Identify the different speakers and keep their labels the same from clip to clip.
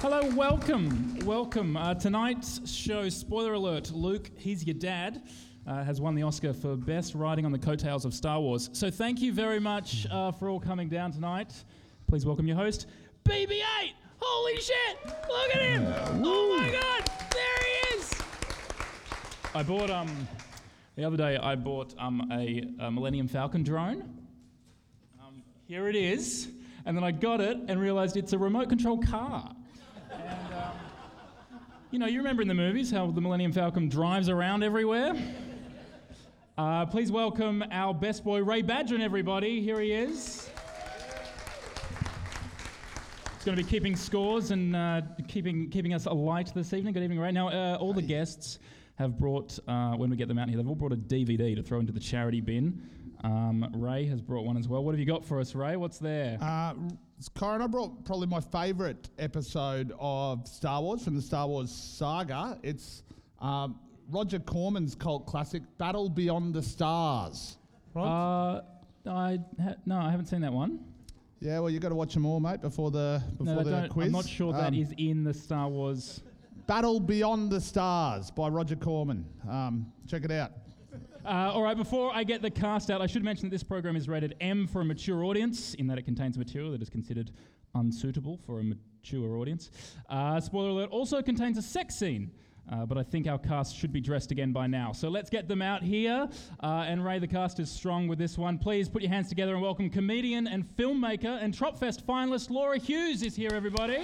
Speaker 1: Hello, welcome, welcome. Uh, tonight's show, spoiler alert: Luke, he's your dad, uh, has won the Oscar for best writing on the coattails of Star Wars. So thank you very much uh, for all coming down tonight. Please welcome your host, BB-8. Holy shit! Look at him! oh my god! There he is! I bought um the other day. I bought um a, a Millennium Falcon drone. Here it is. And then I got it and realized it's a remote control car. And, um, you know, you remember in the movies how the Millennium Falcon drives around everywhere? Uh, please welcome our best boy, Ray Badron, everybody. Here he is. He's going to be keeping scores and uh, keeping, keeping us alight this evening. Good evening, Ray. Now, uh, all the guests have brought, uh, when we get them out here, they've all brought a DVD to throw into the charity bin. Um, Ray has brought one as well. What have you got for us, Ray? What's there?
Speaker 2: Uh, Corin, I brought probably my favourite episode of Star Wars from the Star Wars saga. It's um, Roger Corman's cult classic, Battle Beyond the Stars.
Speaker 1: Uh, I ha- no, I haven't seen that one.
Speaker 2: Yeah, well, you got to watch them all, mate, before the
Speaker 1: No,
Speaker 2: before
Speaker 1: I
Speaker 2: the
Speaker 1: don't-
Speaker 2: quiz.
Speaker 1: I'm not sure that
Speaker 2: Um,
Speaker 1: is in the Star Wars.
Speaker 2: Battle Beyond the Stars by Roger Corman. Um, check it out.
Speaker 1: Uh, all right, before I get the cast out, I should mention that this program is rated M for a mature audience, in that it contains material that is considered unsuitable for a mature audience. Uh, spoiler alert also contains a sex scene. Uh, but I think our cast should be dressed again by now. So let's get them out here. Uh, and Ray, the cast is strong with this one. Please put your hands together and welcome comedian and filmmaker and Tropfest finalist Laura Hughes is here, everybody.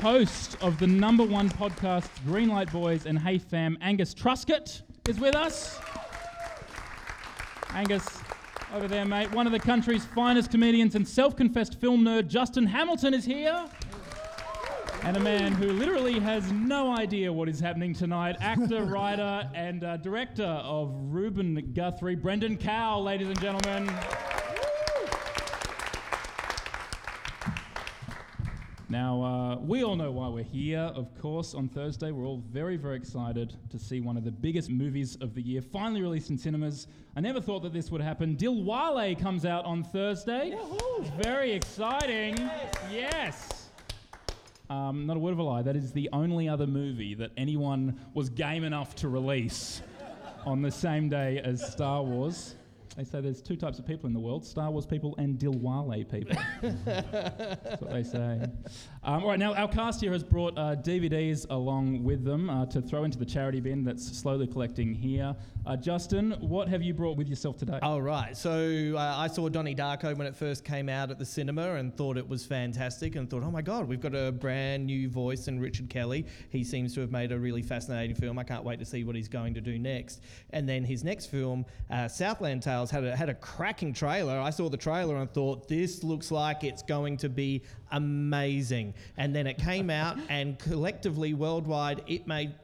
Speaker 1: host of the number one podcast, Greenlight Boys and Hey Fam, Angus Truscott, is with us. Angus, over there, mate. One of the country's finest comedians and self confessed film nerd, Justin Hamilton, is here. And a man who literally has no idea what is happening tonight, actor, writer, and uh, director of Reuben Guthrie, Brendan Cowell, ladies and gentlemen. Now, uh, we all know why we're here, of course. On Thursday, we're all very, very excited to see one of the biggest movies of the year finally released in cinemas. I never thought that this would happen. Dilwale comes out on Thursday. It's Very exciting. Yes. Um, not a word of a lie, that is the only other movie that anyone was game enough to release on the same day as Star Wars. They say there's two types of people in the world Star Wars people and Dilwale people. That's what they say. Um, all right, now our cast here has brought uh, DVDs along with them uh, to throw into the charity bin that's slowly collecting here. Uh, Justin, what have you brought with yourself today?
Speaker 3: Uh,
Speaker 4: Oh, right. So uh, I saw Donnie Darko when it first came out at the cinema and thought it was fantastic and thought, oh my God, we've got a brand new voice in Richard Kelly. He seems to have made a really fascinating film. I can't wait to see what he's going to do next. And then his next film, uh, Southland Tales, had a, had a cracking trailer. I saw the trailer and thought, this looks like it's going to be amazing. And then it came out and collectively worldwide, it made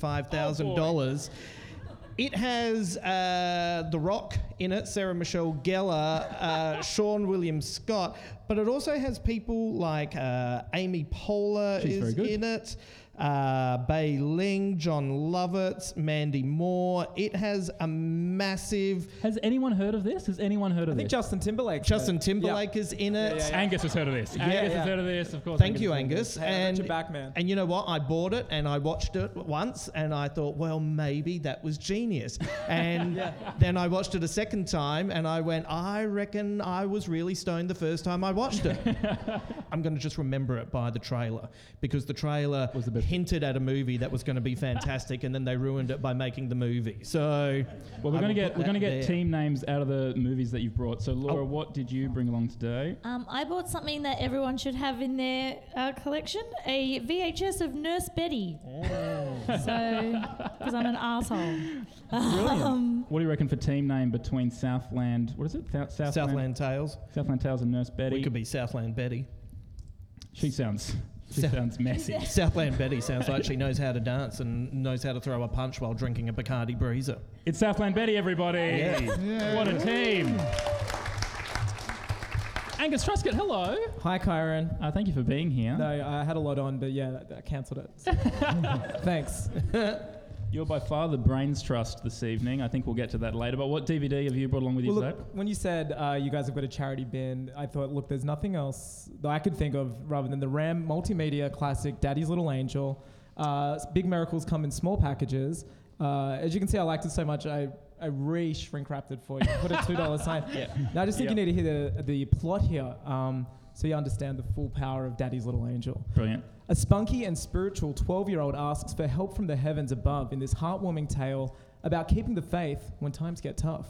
Speaker 4: $375,000. It has uh, The Rock in it, Sarah Michelle Gellar, uh, Sean William Scott, but it also has people like uh, Amy Poehler
Speaker 1: She's very
Speaker 4: is
Speaker 1: good.
Speaker 4: in it, uh, Bei Ling, John Lovitz, Mandy Moore. It has a massive.
Speaker 1: Has anyone heard of this? Has anyone heard of
Speaker 3: I think
Speaker 1: this?
Speaker 3: Justin Timberlake.
Speaker 4: Justin Timberlake is in it.
Speaker 3: uh, yeah, yeah.
Speaker 1: Angus has heard of this. Angus
Speaker 3: yeah.
Speaker 1: has heard of this, of course.
Speaker 4: Thank you,
Speaker 1: has heard of
Speaker 4: Angus.
Speaker 3: Hey, I'm
Speaker 4: and
Speaker 3: Richard Bachman.
Speaker 4: and you know what? I bought it and I watched it once and I thought, well, maybe that was genius. And then I watched it a second time and I went, I reckon I was really stoned the first time I watched it. I'm going to just remember it by the trailer because the trailer
Speaker 1: Was the best.
Speaker 4: hinted at a movie that was going to be fantastic and then they ruined it by making the movie. So,
Speaker 1: Well, we're
Speaker 4: I
Speaker 1: gonna
Speaker 4: will
Speaker 1: get we're
Speaker 4: put that
Speaker 1: gonna get
Speaker 4: there. Oh.
Speaker 1: team names out of the movies that you've brought. So Laura, what did you bring along today?
Speaker 5: Um, I bought something that everyone should have in their uh, collection a VHS of Nurse Betty. so, because I'm an asshole. Um,
Speaker 1: What do you reckon for team name between Southland? What is it? Thou- Southland.
Speaker 4: Southland Tales.
Speaker 1: Southland Tales and Nurse Betty.
Speaker 4: We could be Southland Betty.
Speaker 1: She sounds. She
Speaker 4: Sou-
Speaker 1: sounds messy.
Speaker 4: Southland Betty sounds like she knows how to dance and knows how to throw a punch while drinking a Bacardi Breezer.
Speaker 1: It's Southland Betty, everybody. What a team. Angus Truscott, hello.
Speaker 3: Hi, Kyron.
Speaker 1: Uh, thank you for being here.
Speaker 3: No, I had a lot on, but yeah, I cancelled it. Thanks.
Speaker 1: You're by far the brains trust this evening. I think we'll get to that later. But what DVD have you brought along with you
Speaker 3: Well,
Speaker 1: today?
Speaker 3: look, when you said uh, you guys have got a charity bin, I thought, look, there's nothing else that I could think of rather than the Ram Multimedia Classic Daddy's Little Angel. Uh, big miracles come in small packages. Uh, as you can see, I liked it so much, I, I re shrink wrapped it for you. Put a $2 sign.
Speaker 4: Yeah.
Speaker 3: Now, I just think
Speaker 1: Yeah.
Speaker 3: you need to hear the, the plot here um, so you understand the full power of Daddy's Little Angel.
Speaker 1: Brilliant.
Speaker 3: A spunky and spiritual 12 year old asks for help from the heavens above in this heartwarming tale about keeping the faith when times get tough.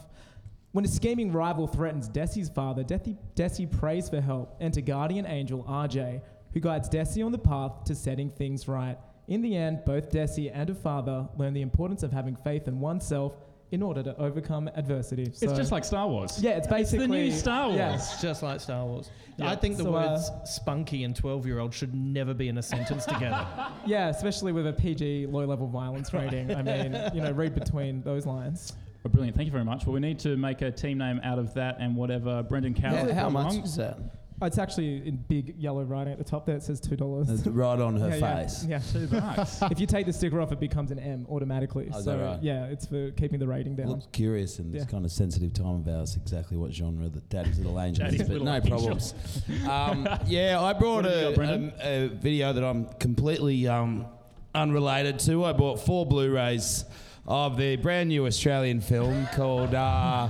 Speaker 3: When a scheming rival threatens Desi's father, Desi, Desi prays for help and to guardian angel RJ, who guides Desi on the path to setting things right. In the end, both Desi and her father learn the importance of having faith in oneself in order to overcome adversity.
Speaker 1: it's just like Star Wars.
Speaker 3: yeah, it's
Speaker 1: the
Speaker 3: basically
Speaker 1: new Star Wars.
Speaker 3: Yeah.
Speaker 4: It's just like Star Wars.
Speaker 3: Yeah.
Speaker 4: I think the
Speaker 3: So, uh,
Speaker 4: words spunky and 12 year old should never be in a sentence together.
Speaker 3: Yeah, especially with a PG low level violence rating. I mean, you know, read between those lines.
Speaker 1: Oh, brilliant. Thank you very much. Well, we need to make a team name out of that and whatever Brendan Cowell.
Speaker 6: How,
Speaker 1: has
Speaker 6: how
Speaker 1: brought
Speaker 6: much
Speaker 1: along.
Speaker 6: is that?
Speaker 3: Oh, it's actually in big yellow writing at the top there. It says two dollars.
Speaker 6: That's right on her
Speaker 3: yeah,
Speaker 6: face.
Speaker 3: Yeah.
Speaker 1: Two bucks.
Speaker 3: if you take the sticker off, it becomes an M automatically.
Speaker 6: Oh, is
Speaker 3: so
Speaker 6: that right?
Speaker 3: yeah, it's for keeping the rating down.
Speaker 6: Looks curious in this
Speaker 3: Yeah.
Speaker 6: kind of sensitive time of ours exactly what genre that Daddy's Little Angel is,
Speaker 1: Daddy's
Speaker 6: but
Speaker 1: Little
Speaker 6: no
Speaker 1: Angel.
Speaker 6: problems. um, yeah, I brought
Speaker 1: What have you got,
Speaker 6: a, um,
Speaker 1: Brendan?
Speaker 6: a, a video that I'm completely um, unrelated to. I bought four Blu-rays of the brand new Australian film called uh,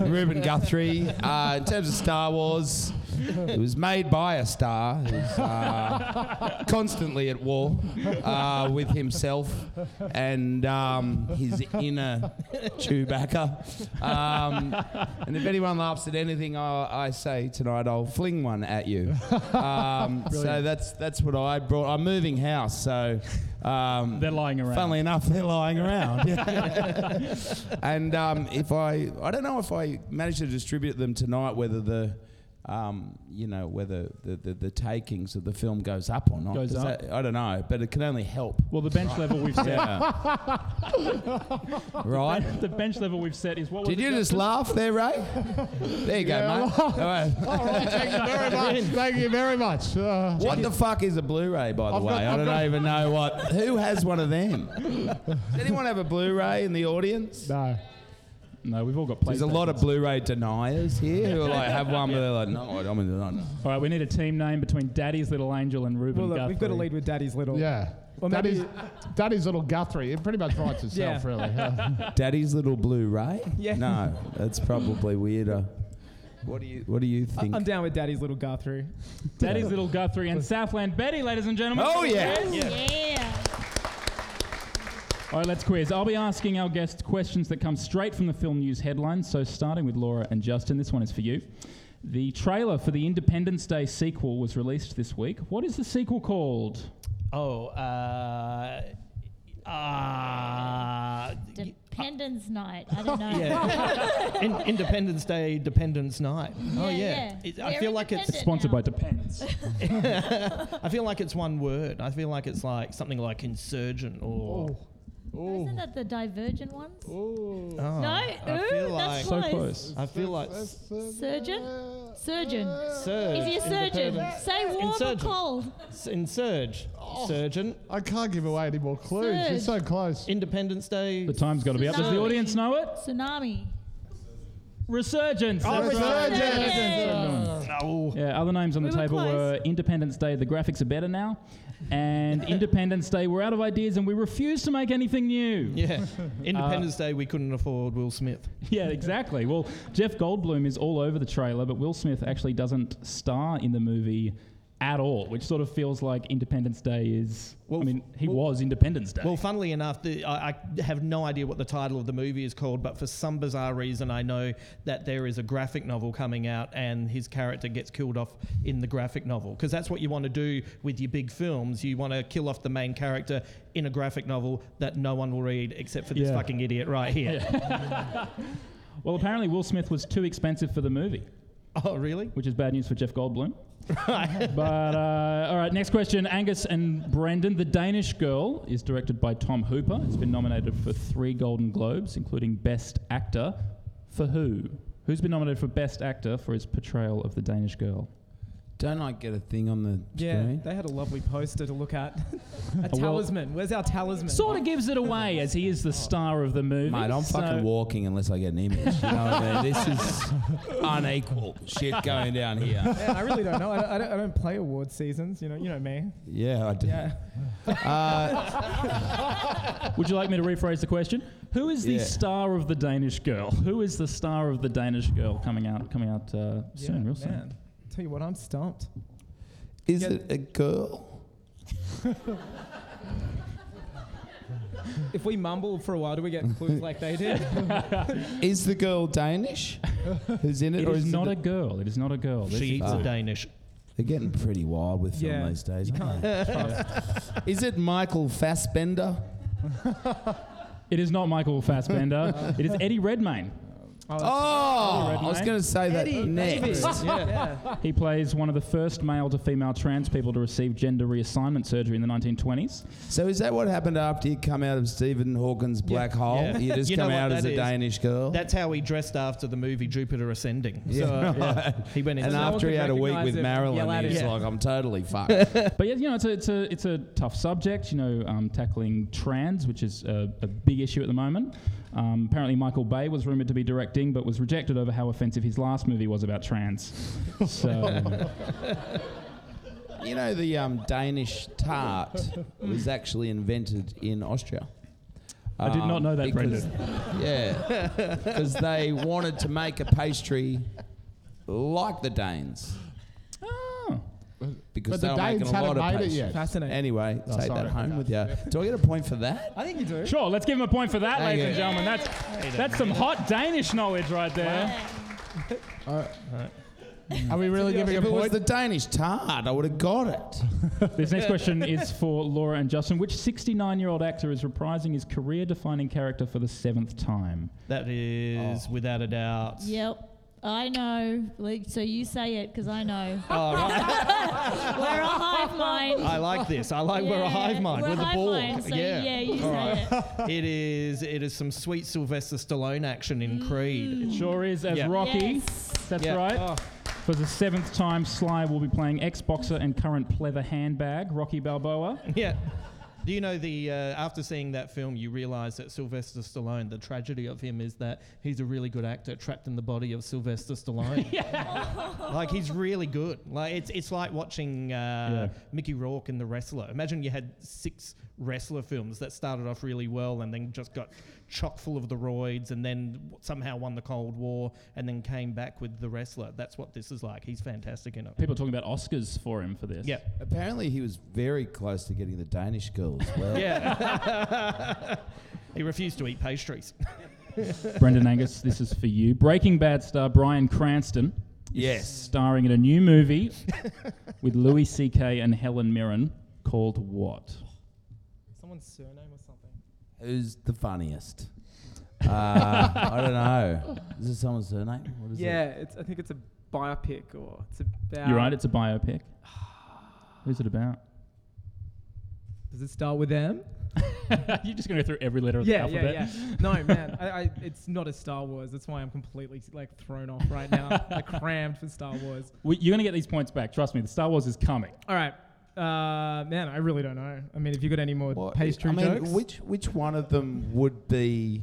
Speaker 6: Reuben Guthrie. Uh, in terms of Star Wars, it was made by a star who's uh, constantly at war uh, with himself and um, his inner Chewbacca. Um, and if anyone laughs at anything I, I say tonight, I'll fling one at you. Um, so that's that's what I brought. I'm moving house, so. Um,
Speaker 1: They're lying around.
Speaker 6: Funnily enough, they're lying around. and um, if I, I don't know if I managed to distribute them tonight, whether the, um, you know, whether the, the, the takings of the film goes up or not.
Speaker 1: Goes
Speaker 6: Does
Speaker 1: up.
Speaker 6: that- I don't know, but it can only help.
Speaker 1: Well, the bench level we've set.
Speaker 6: Yeah. right.
Speaker 1: The bench level we've set is what was
Speaker 6: Did
Speaker 1: it,
Speaker 6: you just
Speaker 1: Justin?
Speaker 6: laugh there, Ray? There you
Speaker 2: Yeah,
Speaker 6: go, mate. All right.
Speaker 2: All right, thank you very much. Thank you very much. Uh,
Speaker 6: What the fuck is a Blu-ray, by the
Speaker 2: I've
Speaker 6: way?
Speaker 2: got-
Speaker 6: I
Speaker 2: I've
Speaker 6: don't
Speaker 2: got-
Speaker 6: even know what. Who has one of them? Does anyone have a Blu-ray in the audience?
Speaker 2: no.
Speaker 1: No, we've all got places.
Speaker 6: There's a lot of Blu-ray deniers here who are like have one, but they're like, no, I don't. I do
Speaker 1: All right, we need a team name between Daddy's Little Angel and Ruben
Speaker 3: well, look, we've got to lead with Daddy's Little.
Speaker 2: Yeah.
Speaker 3: Well,
Speaker 2: that
Speaker 3: maybe-
Speaker 2: is that is little Guthrie. It pretty much writes itself,
Speaker 3: Yeah.
Speaker 2: really. Yeah.
Speaker 6: Daddy's little Blu-ray.
Speaker 3: Yeah.
Speaker 6: No, that's probably weirder. What do you What do you
Speaker 3: I-
Speaker 6: think?
Speaker 3: I'm down with Daddy's Little Guthrie.
Speaker 1: Daddy's Little Guthrie and Southland Betty, ladies and gentlemen.
Speaker 6: oh yeah.
Speaker 5: yeah.
Speaker 1: All right, let's quiz. I'll be asking our guests questions that come straight from the film news headlines. So, starting with Laura and Justin, this one is for you. The trailer for the Independence Day sequel was released this week. What is the sequel called?
Speaker 4: Oh, uh. Uh,
Speaker 5: Dependence night. I don't know.
Speaker 4: yeah. In- Independence Day, Dependence Night. oh
Speaker 5: Yeah,
Speaker 4: yeah.
Speaker 5: yeah.
Speaker 4: It- I
Speaker 5: They're
Speaker 4: feel like it's
Speaker 5: Is it
Speaker 1: Sponsored
Speaker 5: now?
Speaker 1: by Depends.
Speaker 4: I feel like it's one word. I feel like it's like something like insurgent or
Speaker 3: Oh.
Speaker 5: Isn't that the divergent ones?
Speaker 4: Oh,
Speaker 5: No,
Speaker 4: I
Speaker 5: ooh,
Speaker 4: feel like
Speaker 5: that's
Speaker 1: so
Speaker 5: close.
Speaker 1: close.
Speaker 4: I feel like s-
Speaker 5: Surgeon? Surgeon.
Speaker 4: surge.
Speaker 5: If you're surgeon,
Speaker 4: independent-
Speaker 5: say warm
Speaker 4: Insurgent.
Speaker 5: or cold.
Speaker 4: s- insurge,
Speaker 1: Oh.
Speaker 4: surgeon,
Speaker 2: I can't give away any more clues. You're so close.
Speaker 4: Independence Day.
Speaker 1: The time's got to be up. Does the audience know it?
Speaker 5: Tsunami.
Speaker 1: Resurgence.
Speaker 2: Oh,
Speaker 1: That's right.
Speaker 4: No.
Speaker 1: Yeah, Uh, other names on the
Speaker 5: We were
Speaker 1: table
Speaker 5: close.
Speaker 1: were Independence Day, the graphics are better now, and Independence Day, we're out of ideas and we refuse to make anything new.
Speaker 4: Yeah.
Speaker 1: Uh,
Speaker 4: Independence Day, we couldn't afford Will Smith.
Speaker 1: Yeah, exactly. Well, Jeff Goldblum is all over the trailer, but Will Smith actually doesn't star in the movie at all, which sort of feels like Independence Day is. I
Speaker 4: Well,
Speaker 1: mean, he
Speaker 4: well-
Speaker 1: was Independence Day.
Speaker 4: Well, funnily enough, the, I, I have no idea what the title of the movie is called, but for some bizarre reason, I know that there is a graphic novel coming out, and his character gets killed off in the graphic novel because that's what you want to do with your big films. You want to kill off the main character in a graphic novel that no one will read except for this
Speaker 1: Yeah.
Speaker 4: fucking idiot right here.
Speaker 1: well, apparently Will Smith was too expensive for the movie,
Speaker 4: Oh, really?
Speaker 1: which is bad news for Jeff Goldblum. but uh, all right, next question. Angus and Brendan, The Danish Girl is directed by Tom Hooper. It's been nominated for three Golden Globes, including Best Actor. For who? Who's been nominated for Best Actor for his portrayal of The Danish Girl?
Speaker 6: Don't I get a thing on the
Speaker 3: Yeah,
Speaker 6: screen?
Speaker 3: they had a lovely poster to look at. a
Speaker 1: well-
Speaker 3: talisman. Where's our talisman?
Speaker 1: Sort of gives it away as he is the star of the movie.
Speaker 6: Mate, I'm
Speaker 1: so-
Speaker 6: fucking walking unless I get an image. You know what I mean? This is unequal shit going down here.
Speaker 3: Man, I really don't know. I don't, I don't, I don't play award seasons. You know, you know me.
Speaker 6: Yeah, I do.
Speaker 3: Yeah.
Speaker 6: Uh,
Speaker 1: Would you like me to rephrase the question? Who is the
Speaker 6: Yeah.
Speaker 1: star of the Danish Girl? Who is the star of the Danish Girl coming out coming out uh, soon, real soon?
Speaker 3: man. Tell you what, I'm stumped.
Speaker 6: is
Speaker 3: Yeah.
Speaker 6: it a girl?
Speaker 3: If we mumble for a while, do we get clues like they did?
Speaker 6: Is the girl Danish? Who's in it?
Speaker 1: It
Speaker 6: or
Speaker 1: is
Speaker 6: it
Speaker 1: not
Speaker 6: the-
Speaker 1: a girl. It is not a girl. This
Speaker 4: She
Speaker 1: is-
Speaker 4: eats a Danish.
Speaker 6: They're getting pretty wild with film
Speaker 3: Yeah.
Speaker 6: these days, aren't they? Is it Michael
Speaker 4: Oh,
Speaker 6: Fassbender?
Speaker 1: it is not Michael Fassbender. it is Eddie Redmayne.
Speaker 3: Oh,
Speaker 6: Oh, I was
Speaker 1: Redmayne.
Speaker 6: going to say that next.
Speaker 3: yeah.
Speaker 1: He plays one of the first male to female trans people to receive gender reassignment surgery in the 1920s.
Speaker 6: So is that what happened after you come out of Stephen Hawking's black hole?
Speaker 4: Yeah.
Speaker 6: You just
Speaker 4: You know
Speaker 6: come
Speaker 4: what
Speaker 6: out as
Speaker 4: that
Speaker 6: a
Speaker 4: is?
Speaker 6: Danish girl?
Speaker 4: That's how he dressed after the movie Jupiter Ascending. So,
Speaker 6: Yeah.
Speaker 4: yeah, he went
Speaker 6: and
Speaker 4: into
Speaker 3: one
Speaker 6: after he
Speaker 3: could
Speaker 6: had a week
Speaker 3: recognise
Speaker 6: with
Speaker 3: it, yell
Speaker 6: Marilyn,
Speaker 3: at
Speaker 6: he
Speaker 3: it.
Speaker 6: was
Speaker 4: Yeah.
Speaker 6: like, I'm totally fucked.
Speaker 1: But yeah, you know, it's a, it's a it's a tough subject. You know, um, tackling trans, which is a, a big issue at the moment. Um, apparently, Michael Bay was rumored to be directing, but was rejected over how offensive his last movie was about trans. So
Speaker 6: you know, the um, Danish tart was actually invented in Austria.
Speaker 1: I did not
Speaker 6: Um,
Speaker 1: know that,
Speaker 6: because-
Speaker 1: Brendan.
Speaker 6: Yeah. Because they wanted to make a pastry like the Danes.
Speaker 1: Oh.
Speaker 2: But
Speaker 6: Because
Speaker 2: the
Speaker 6: they were
Speaker 2: Danes
Speaker 6: making a lot
Speaker 2: haven't
Speaker 6: of
Speaker 2: made it
Speaker 6: pastry.
Speaker 2: yet.
Speaker 3: Fascinating.
Speaker 6: Anyway,
Speaker 2: Oh,
Speaker 6: take
Speaker 2: sorry.
Speaker 6: that home with you. Do I get a point for that?
Speaker 3: I think you do.
Speaker 1: Sure, let's give him a point for that,
Speaker 6: Thank
Speaker 1: ladies and
Speaker 6: you.
Speaker 1: gentlemen. That's that's some hot Danish knowledge right there.
Speaker 2: Are we really giving a
Speaker 6: If it was
Speaker 2: point?
Speaker 6: the Danish tart, I would have got it.
Speaker 1: This next question is for Laura and Justin. Which 69-year-old actor is reprising his career-defining character for the seventh time?
Speaker 4: That
Speaker 6: Oh.
Speaker 4: is without a doubt.
Speaker 5: Yep. I know. Like, so you say it because I know.
Speaker 4: Oh, right.
Speaker 5: We're a hive mind.
Speaker 4: I like this. I like we're a
Speaker 5: Yeah,
Speaker 4: hive mind.
Speaker 5: We're
Speaker 4: We're,
Speaker 5: a
Speaker 4: the
Speaker 5: hive
Speaker 4: ball.
Speaker 5: mind, so yeah, you
Speaker 4: All
Speaker 5: say it.
Speaker 4: It is. It is some sweet Sylvester Stallone action in Creed.
Speaker 1: It
Speaker 5: Mm.
Speaker 1: sure is as
Speaker 4: Yeah.
Speaker 1: Rocky.
Speaker 5: Yes.
Speaker 1: That's
Speaker 4: Yeah. Oh.
Speaker 1: right.
Speaker 6: Oh.
Speaker 1: For the seventh time, Sly will be playing ex-boxer and current pleather handbag, Rocky Balboa.
Speaker 4: Yeah. Do you know the uh, after seeing that film, you realise that Sylvester Stallone, the tragedy of him is that he's a really good actor trapped in the body of Sylvester Stallone. like he's really good. Like it's it's like watching
Speaker 1: Yeah.
Speaker 4: uh, Mickey Rourke in The Wrestler. Imagine you had six wrestler films that started off really well and then just got chock full of the roids and then w- somehow won the Cold War and then came back with The Wrestler. That's what this is like. He's fantastic in it.
Speaker 1: People are talking about Oscars for him for this.
Speaker 4: Yeah.
Speaker 6: Apparently, he was very close to getting the Danish girl as well.
Speaker 4: Yeah. he refused to eat pastries.
Speaker 1: Brendan Angus, this is for you. Breaking Bad star Brian Cranston is
Speaker 6: Yes.
Speaker 1: starring in a new movie with Louis C.K. and Helen Mirren called what?
Speaker 3: Someone's surname or something.
Speaker 6: Who's the funniest? Uh, I don't know. Is this someone's surname? What is
Speaker 3: yeah,
Speaker 6: It?
Speaker 3: it's, I think it's a biopic or it's about.
Speaker 1: You're right, it's a biopic. Who's it about?
Speaker 3: Does it start with M?
Speaker 1: You're just going to go through every letter of the
Speaker 3: Yeah,
Speaker 1: alphabet.
Speaker 3: yeah, yeah. No, man, I, I, it's not a Star Wars. That's why I'm completely like thrown off right now. I crammed for Star Wars.
Speaker 1: We, you're going to get these points back. Trust me, the Star Wars is coming.
Speaker 3: All right, uh, man, I really don't know. I mean, if you got any more
Speaker 6: What-
Speaker 3: pastry
Speaker 6: I mean,
Speaker 3: jokes,
Speaker 6: which which one of them would be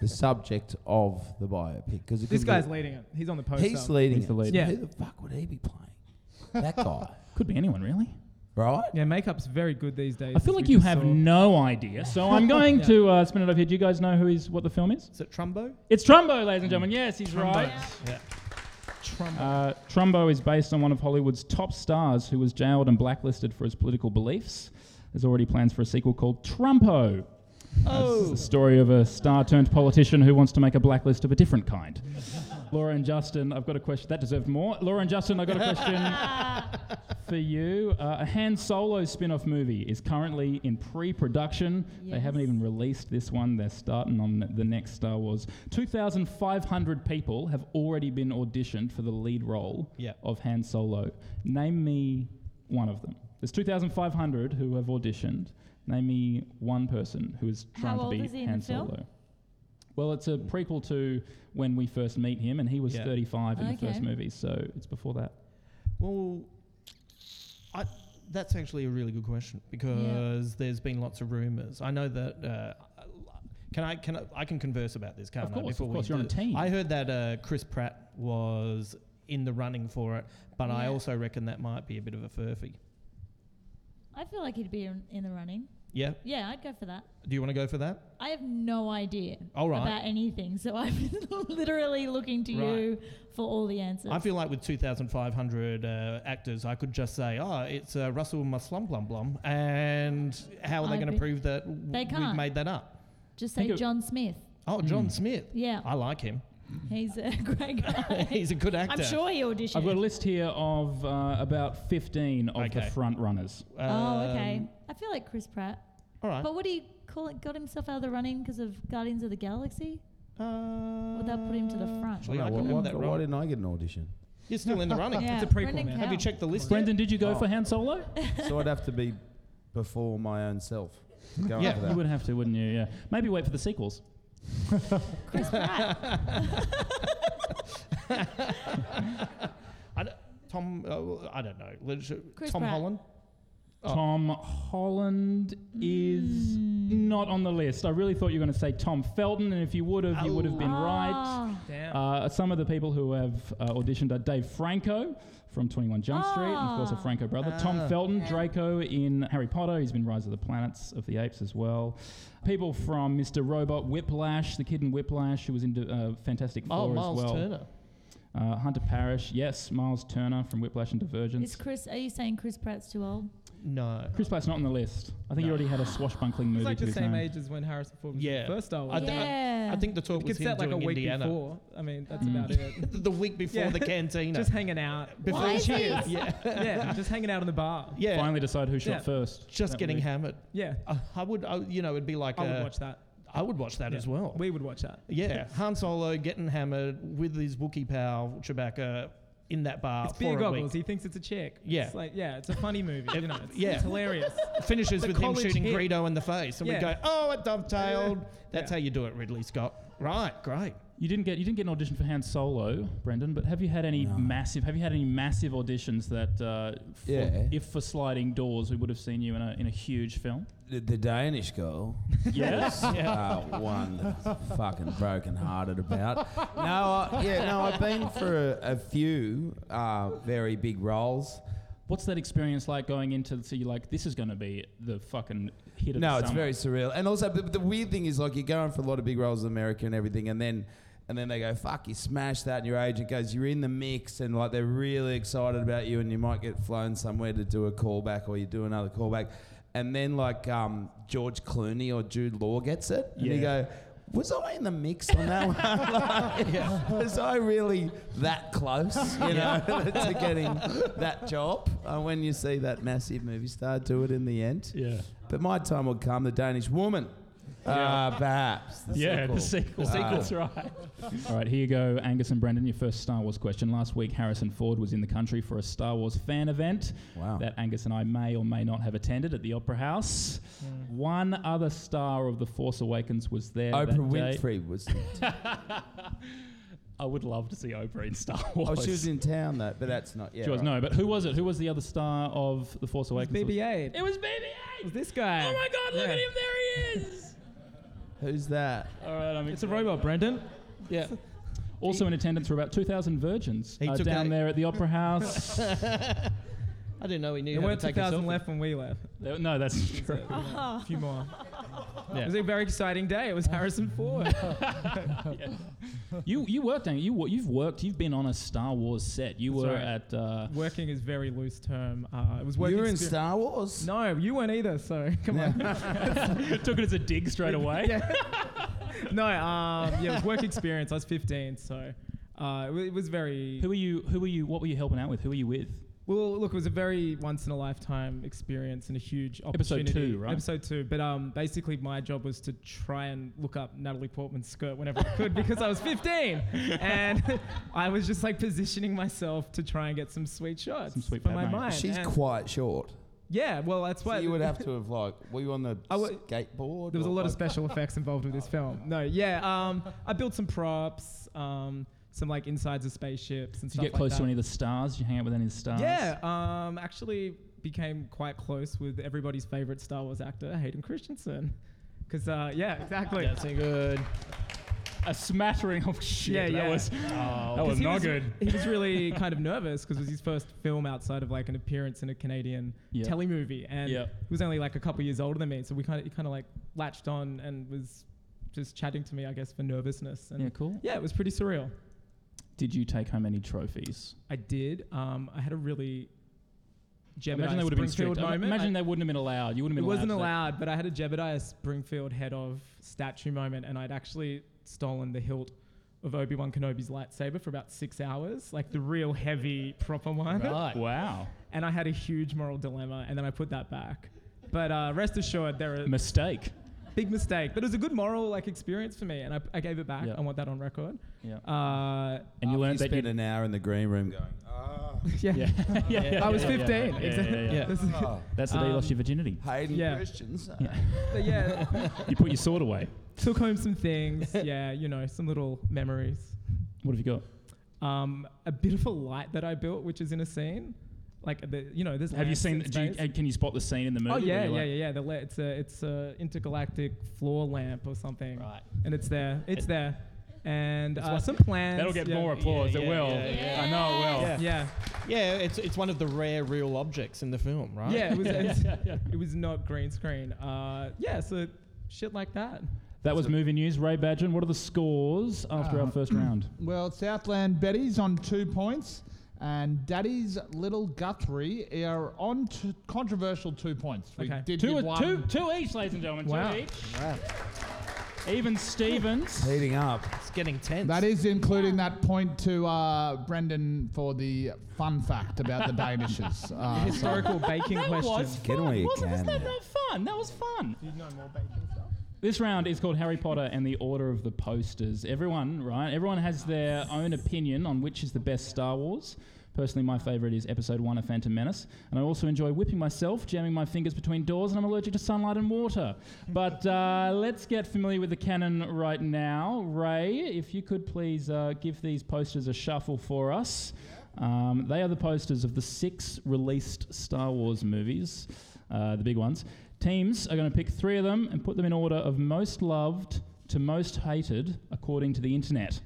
Speaker 6: the subject of the biopic? Because
Speaker 3: this guy's leading it. He's on the poster.
Speaker 6: He's leading.
Speaker 1: He's the
Speaker 6: it.
Speaker 1: lead.
Speaker 6: So
Speaker 3: Yeah.
Speaker 6: Who the fuck would he be playing? That guy,
Speaker 1: Could be anyone, really.
Speaker 6: right?
Speaker 3: Yeah, makeup's very good these days.
Speaker 1: I feel
Speaker 3: as
Speaker 1: like
Speaker 3: we
Speaker 1: you
Speaker 3: just
Speaker 1: have
Speaker 3: saw.
Speaker 1: no idea, so I'm going
Speaker 3: Yeah.
Speaker 1: to uh, spin it over here. Do you guys know who is what the film is?
Speaker 4: Is it Trumbo?
Speaker 1: It's Trumbo, ladies and
Speaker 3: Mm.
Speaker 1: gentlemen. Yes, he's right.
Speaker 4: Yeah.
Speaker 3: Trump.
Speaker 1: Uh, Trumbo is based on one of Hollywood's top stars who was jailed and blacklisted for his political beliefs. There's already plans for a sequel called Trumpo. It's the story of a star turned politician who wants to make a blacklist of a different kind. Laura and Justin, I've got a question. That deserved more. Laura and Justin, I've got a question for you. Uh, a Han Solo spin off movie is currently in pre production. They haven't even released this one. They're starting on the next Star Wars. 2,500 people have already been auditioned for the lead role
Speaker 4: Yeah.
Speaker 1: of Han Solo. Name me one of them. There's 2,500 who have auditioned. Name me one person who is trying
Speaker 5: How old
Speaker 1: to be
Speaker 5: is he in
Speaker 1: Han
Speaker 5: the film?
Speaker 1: Solo. Well, it's a prequel to when we first meet him, and he was
Speaker 4: Yeah.
Speaker 1: 35 in the
Speaker 5: Okay.
Speaker 1: first movie, so it's before that.
Speaker 4: Well, I, that's actually a really good question because there's been lots of rumors. I know that. Uh, can I can I, I can converse about this, can't
Speaker 1: Of
Speaker 4: I?
Speaker 1: course,
Speaker 4: before
Speaker 1: of
Speaker 4: we
Speaker 1: course, you're on a
Speaker 4: do-
Speaker 1: team.
Speaker 4: I heard that uh, Chris Pratt was in the running for it, but I
Speaker 5: Yeah.
Speaker 4: also reckon that might be a bit of a furphy.
Speaker 5: I feel like he'd be in, in the running.
Speaker 4: Yeah.
Speaker 5: Yeah, I'd go for that.
Speaker 4: Do you want to go for that?
Speaker 5: I have no idea
Speaker 4: All right.
Speaker 5: about anything, so I'm literally looking to
Speaker 4: Right.
Speaker 5: you for all the answers.
Speaker 4: I feel like with 2,500 uh, actors, I could just say, oh, it's uh, Russell Maslum Blum Blum. And how are they
Speaker 5: I
Speaker 4: going to
Speaker 5: bet-
Speaker 4: prove that w-
Speaker 5: They
Speaker 4: we've
Speaker 5: can't.
Speaker 4: made that up?
Speaker 5: Just
Speaker 1: Think
Speaker 5: say
Speaker 1: of-
Speaker 5: John Smith.
Speaker 4: Oh, John Smith.
Speaker 5: Yeah,
Speaker 4: I like him.
Speaker 5: he's a great guy.
Speaker 4: He's a good actor.
Speaker 5: I'm sure he auditioned.
Speaker 1: I've got a list here of uh, about 15 of the
Speaker 4: Okay.
Speaker 1: front runners.
Speaker 5: oh, okay.
Speaker 4: Um,
Speaker 5: I feel like Chris Pratt.
Speaker 4: All right.
Speaker 5: But what do you call it? Got himself out of the running because of Guardians of the Galaxy?
Speaker 4: Uh,
Speaker 5: Would that put him to the front?
Speaker 4: Actually, I could have that
Speaker 6: why
Speaker 4: wrong.
Speaker 6: didn't I get an audition?
Speaker 4: You're still in the running.
Speaker 5: Yeah,
Speaker 3: It's a prequel,
Speaker 5: Brendan
Speaker 3: man.
Speaker 4: Have you
Speaker 5: Cowell.
Speaker 4: checked the list? yet?
Speaker 1: Brendan, did you go
Speaker 6: Oh.
Speaker 1: for Han Solo?
Speaker 6: so I'd have to be before my own self. Going
Speaker 4: Yeah.
Speaker 6: for
Speaker 1: You
Speaker 6: that.
Speaker 1: would have to, wouldn't you? Yeah. Maybe wait for the sequels.
Speaker 5: Chris Pratt.
Speaker 4: I d- Tom, uh, well, I don't know. Let's- uh,
Speaker 5: Chris
Speaker 4: Tom
Speaker 5: Pratt.
Speaker 4: Holland. Oh.
Speaker 1: Tom Holland is
Speaker 5: Hmm.
Speaker 1: not on the list. I really thought you were going to say Tom Felton, and if you would have, you would have been right.
Speaker 5: Ah.
Speaker 3: Damn.
Speaker 1: Uh, some of the people who have uh, auditioned are Dave Franco from 21 Jump Street, and of course a
Speaker 5: Ah.
Speaker 1: Franco brother. Tom
Speaker 4: Ah.
Speaker 1: Felton, Draco in Harry Potter. He's been Rise of the Planets of the Apes as well. People from Mr. Robot, Whiplash, the kid in Whiplash who was in uh, Fantastic Four
Speaker 4: Oh, Miles
Speaker 1: as well.
Speaker 4: Turner.
Speaker 1: Uh, Hunter Parrish, yes, Miles Turner from Whiplash and Divergence.
Speaker 5: Is Chris? Are you saying Chris Pratt's too old?
Speaker 4: No.
Speaker 1: Chris Pratt's not on the list. I think he
Speaker 4: No.
Speaker 1: already had a swashbuckling movie.
Speaker 3: It's like
Speaker 1: to
Speaker 3: the
Speaker 1: his
Speaker 3: same
Speaker 1: name.
Speaker 3: age as when Harrison Ford was in
Speaker 4: Yeah.
Speaker 3: the first Star Wars.
Speaker 4: I d- I-
Speaker 5: yeah.
Speaker 4: I think the talk
Speaker 3: it
Speaker 4: was
Speaker 3: gets
Speaker 4: him
Speaker 3: set like
Speaker 4: doing
Speaker 3: a week
Speaker 4: Indiana.
Speaker 3: before. I mean, that's
Speaker 5: Mm.
Speaker 3: about it.
Speaker 4: the week before
Speaker 3: Yeah.
Speaker 4: the cantina.
Speaker 3: Just hanging out.
Speaker 4: Before
Speaker 5: Why
Speaker 4: the
Speaker 5: is
Speaker 4: cheers.
Speaker 5: this?
Speaker 4: Yeah.
Speaker 3: yeah, just hanging out in the bar.
Speaker 4: yeah.
Speaker 1: Finally decide who shot
Speaker 3: Yeah.
Speaker 1: first.
Speaker 4: Just
Speaker 1: That
Speaker 4: getting
Speaker 1: week.
Speaker 4: hammered.
Speaker 3: Yeah,
Speaker 4: I, I would, I, you know, it'd be like
Speaker 3: I would
Speaker 4: uh,
Speaker 3: watch that.
Speaker 4: I would watch that
Speaker 3: Yeah.
Speaker 4: as well.
Speaker 3: We would watch that.
Speaker 4: yeah, Han Solo getting hammered with his Wookiee pal Chewbacca in that bar
Speaker 3: It's
Speaker 4: for
Speaker 3: beer
Speaker 4: a week.
Speaker 3: goggles. He thinks it's a chick.
Speaker 4: Yeah.
Speaker 3: It's like, yeah, it's a funny movie. you know, it's,
Speaker 4: yeah.
Speaker 3: it's hilarious.
Speaker 4: Finishes
Speaker 3: The
Speaker 4: with him
Speaker 3: college
Speaker 4: shooting
Speaker 3: hit.
Speaker 4: Greedo in the face, and we
Speaker 3: Yeah.
Speaker 4: go, "Oh, it dovetailed." That's
Speaker 3: Yeah.
Speaker 4: how you do it, Ridley Scott. Right, great.
Speaker 1: You didn't get you didn't get an audition for Han Solo, Brendan. But have you had any
Speaker 6: No.
Speaker 1: massive have you had any massive auditions that uh, for,
Speaker 6: Yeah.
Speaker 1: if for sliding doors we would have seen you in a in a huge film?
Speaker 6: The, the Danish girl.
Speaker 1: Yes.
Speaker 6: Uh, one that I'm fucking broken-hearted about. No, I, yeah, no, I've been for a, a few uh, very big roles.
Speaker 1: What's that experience like going into so you're like this is going to be the fucking hit of
Speaker 6: No,
Speaker 1: the
Speaker 6: it's
Speaker 1: summer?
Speaker 6: very surreal. And also, the, the weird thing is, like, you're going for a lot of big roles in America and everything, and then, and then they go, "Fuck, you smashed that," and your agent goes, "You're in the mix," and like they're really excited about you, and you might get flown somewhere to do a callback, or you do another callback, and then like um, George Clooney or Jude Law gets it, and you
Speaker 1: Yeah.
Speaker 6: go. Was I in the mix on that one? Like, Was I really that close, you know, to getting that job? Uh, when you see that massive movie star do it in the end,
Speaker 1: yeah.
Speaker 6: but my time will come, the Danish woman. Uh, perhaps. The
Speaker 1: yeah,
Speaker 6: sequel.
Speaker 1: the sequel.
Speaker 6: The sequel.
Speaker 1: That's right. All right, here you go, Angus and Brendan. Your first Star Wars question. Last week, Harrison Ford was in the country for a Star Wars fan event
Speaker 6: Wow.
Speaker 1: that Angus and I may or may not have attended at the Opera House. One other star of The Force Awakens was there. that
Speaker 6: Oprah
Speaker 1: day.
Speaker 6: Winfrey was. oh,
Speaker 1: I would love to see Oprah in Star Wars.
Speaker 6: Oh, she was in town though, but that's not. Yeah,
Speaker 1: She was,
Speaker 6: right.
Speaker 1: no, but who was it? Who was the other star of The Force Awakens?
Speaker 3: BB-8.
Speaker 1: It
Speaker 3: It
Speaker 1: was
Speaker 3: was
Speaker 1: BB-8.
Speaker 3: this guy.
Speaker 1: Oh my God! Look
Speaker 3: Yeah.
Speaker 1: at him. There he is.
Speaker 6: Who's that?
Speaker 1: All right, I'm
Speaker 3: It's a robot, Brendan.
Speaker 4: Yeah,
Speaker 1: Also in attendance were about 2,000 virgins
Speaker 4: He
Speaker 1: uh,
Speaker 4: took
Speaker 1: down
Speaker 4: a-
Speaker 1: there at the Opera House.
Speaker 4: I didn't know he knew.
Speaker 3: There
Speaker 4: how to
Speaker 3: weren't
Speaker 4: take a
Speaker 3: 2,000
Speaker 4: selfie.
Speaker 3: left when we left.
Speaker 1: There- no, that's true.
Speaker 3: A few more.
Speaker 4: Yeah.
Speaker 3: It was a very exciting day. It was Harrison Ford.
Speaker 1: You you worked on you wo- you've worked you've been on a Star Wars set. You
Speaker 3: That's
Speaker 1: were
Speaker 3: right.
Speaker 1: at uh,
Speaker 3: working is very loose term. Uh, it was working.
Speaker 6: You were in
Speaker 3: exper-
Speaker 6: Star Wars.
Speaker 3: No, you weren't either. So come on.
Speaker 1: took it as a dig straight away.
Speaker 3: Yeah. no, um, yeah, it was work experience. I was 15, so uh, it wa- it was very.
Speaker 1: Who were you? Who were you? What were you helping out with? Who were you with?
Speaker 3: Well, look, it was a very once in a lifetime experience and a huge opportunity.
Speaker 1: two, right?
Speaker 3: Episode two. But um, basically, my job was to try and look up Natalie Portman's skirt whenever I could because I was 15, and I was just like positioning myself to try and get some sweet shots
Speaker 1: Some sweet
Speaker 3: for my
Speaker 1: Padme.
Speaker 3: mind.
Speaker 6: She's
Speaker 3: and-
Speaker 6: quite short.
Speaker 3: Yeah, well, that's
Speaker 6: So
Speaker 3: why
Speaker 6: you would have to have like. Were you on the
Speaker 3: I would-
Speaker 6: skateboard?
Speaker 3: There was a
Speaker 6: or,
Speaker 3: lot of
Speaker 6: like-
Speaker 3: special effects involved with this film. No, yeah. Um, I built some props, um, some like insides of spaceships and
Speaker 1: Did you
Speaker 3: stuff
Speaker 1: get close
Speaker 3: like
Speaker 1: to
Speaker 3: that.
Speaker 1: any of the stars? Did you hang out with any of the stars?
Speaker 3: Yeah. Um, actually, became quite close with everybody's favorite Star Wars actor, Hayden Christensen. Because, uh, yeah, exactly.
Speaker 4: That's a good.
Speaker 1: A smattering of shit.
Speaker 3: Yeah,
Speaker 1: that
Speaker 3: yeah. Oh.
Speaker 1: was
Speaker 4: Oh,
Speaker 1: that
Speaker 3: 'Cause
Speaker 1: was
Speaker 3: he
Speaker 1: not
Speaker 3: was-
Speaker 1: good.
Speaker 3: He was really kind of nervous because it was his first film outside of like an appearance in a Canadian
Speaker 1: Yeah.
Speaker 3: telly movie, and
Speaker 1: Yeah.
Speaker 3: he was only like a couple years older than me, so we kind of he kind of like latched on and was just chatting to me, I guess, for nervousness. And
Speaker 1: Yeah, cool.
Speaker 3: yeah, it was pretty surreal.
Speaker 1: Did you take home any trophies?
Speaker 3: I did. Um, I had a really Jebediah
Speaker 1: imagine they would have been
Speaker 3: Springfield
Speaker 1: strict. I-
Speaker 3: moment.
Speaker 1: Imagine
Speaker 3: I-
Speaker 1: they wouldn't have been allowed. You wouldn't
Speaker 3: it
Speaker 1: have been
Speaker 3: wasn't
Speaker 1: allowed. to-
Speaker 3: allowed, but I had a Jebediah Springfield head of statue moment, and I'd actually stolen the hilt of Obi Wan Kenobi's lightsaber for about six hours, like the real heavy, proper one.
Speaker 4: Right.
Speaker 1: Wow.
Speaker 3: And I had a huge moral dilemma, and then I put that back. But uh, rest assured, there a
Speaker 1: Mistake.
Speaker 3: big mistake, but it was a good moral like experience for me, and I, I gave it back.
Speaker 1: Yeah.
Speaker 3: I want that on record.
Speaker 1: Yeah.
Speaker 3: Uh,
Speaker 1: and you
Speaker 6: After
Speaker 1: learned that
Speaker 6: Oh, spent
Speaker 1: you.
Speaker 6: an hour in the green room going, ah,
Speaker 3: yeah.
Speaker 1: Yeah. yeah, yeah,
Speaker 3: I was
Speaker 1: yeah, yeah,
Speaker 3: 15.
Speaker 1: yeah, yeah,
Speaker 3: exactly.
Speaker 1: yeah, yeah.
Speaker 3: This is-
Speaker 6: oh,
Speaker 1: That's the day you lost
Speaker 3: Um,
Speaker 1: your virginity.
Speaker 6: Hayden
Speaker 3: Yeah.
Speaker 6: Christians.
Speaker 1: Yeah.
Speaker 3: but yeah,
Speaker 1: You put your sword away.
Speaker 3: took home some things. Yeah, you know, some little memories.
Speaker 1: What have you got?
Speaker 3: Um, a bit of a light that I built, which is in a scene. Like the, you know, there's.
Speaker 1: Have you
Speaker 3: lamps
Speaker 1: seen?
Speaker 3: in
Speaker 1: Do you,
Speaker 3: space.
Speaker 1: uh, can you spot the scene in the movie?
Speaker 3: Oh yeah,
Speaker 1: where you're
Speaker 3: yeah, yeah,
Speaker 1: like-
Speaker 3: yeah. The la- it's a it's a intergalactic floor lamp or something.
Speaker 4: Right.
Speaker 3: And it's there. It's
Speaker 1: It-
Speaker 3: there. And
Speaker 4: It's
Speaker 3: uh,
Speaker 4: what-
Speaker 3: some plans.
Speaker 1: That'll get
Speaker 3: yeah.
Speaker 1: more applause.
Speaker 4: yeah,
Speaker 1: it will.
Speaker 4: yeah,
Speaker 5: yeah.
Speaker 1: I know it will.
Speaker 6: Yeah.
Speaker 3: Yeah,
Speaker 4: Yeah, it's it's one of the rare real objects in the film, right?
Speaker 3: yeah. It was it's- it was not green screen. Uh, yeah. So shit like that.
Speaker 1: That was movie news. Ray Badgen, what are the scores after our first round?
Speaker 2: Well, Southland Betty's on two points, and Daddy's Little Guthrie are on t- controversial two points. We
Speaker 3: Okay.
Speaker 2: did
Speaker 1: Two,
Speaker 2: give one.
Speaker 1: two, two each, ladies and gentlemen.
Speaker 3: Wow.
Speaker 1: Two each. Even Stevens.
Speaker 6: Heating up.
Speaker 4: It's getting tense.
Speaker 2: That is including that point to uh, Brendan for the fun fact about the Danishes. Uh, so-
Speaker 3: Historical baking
Speaker 1: That
Speaker 3: question.
Speaker 1: was
Speaker 6: Get
Speaker 1: fun.
Speaker 6: away, you
Speaker 1: Wasn't was
Speaker 6: can.
Speaker 1: that not fun? That was fun. This round is called Harry Potter and the Order of the Posters. Everyone, right? Everyone has their own opinion on which is the best Star Wars. Personally, my favourite is Episode 1 of Phantom Menace. And I also enjoy whipping myself, jamming my fingers between doors, and I'm allergic to sunlight and water. But uh, let's get familiar with the canon right now. Ray, if you could please uh, give these posters a shuffle for us. Um, they are the posters of the six released Star Wars movies, uh, the big ones. Teams are going to pick three of them and put them in order of most loved to most hated according to the internet.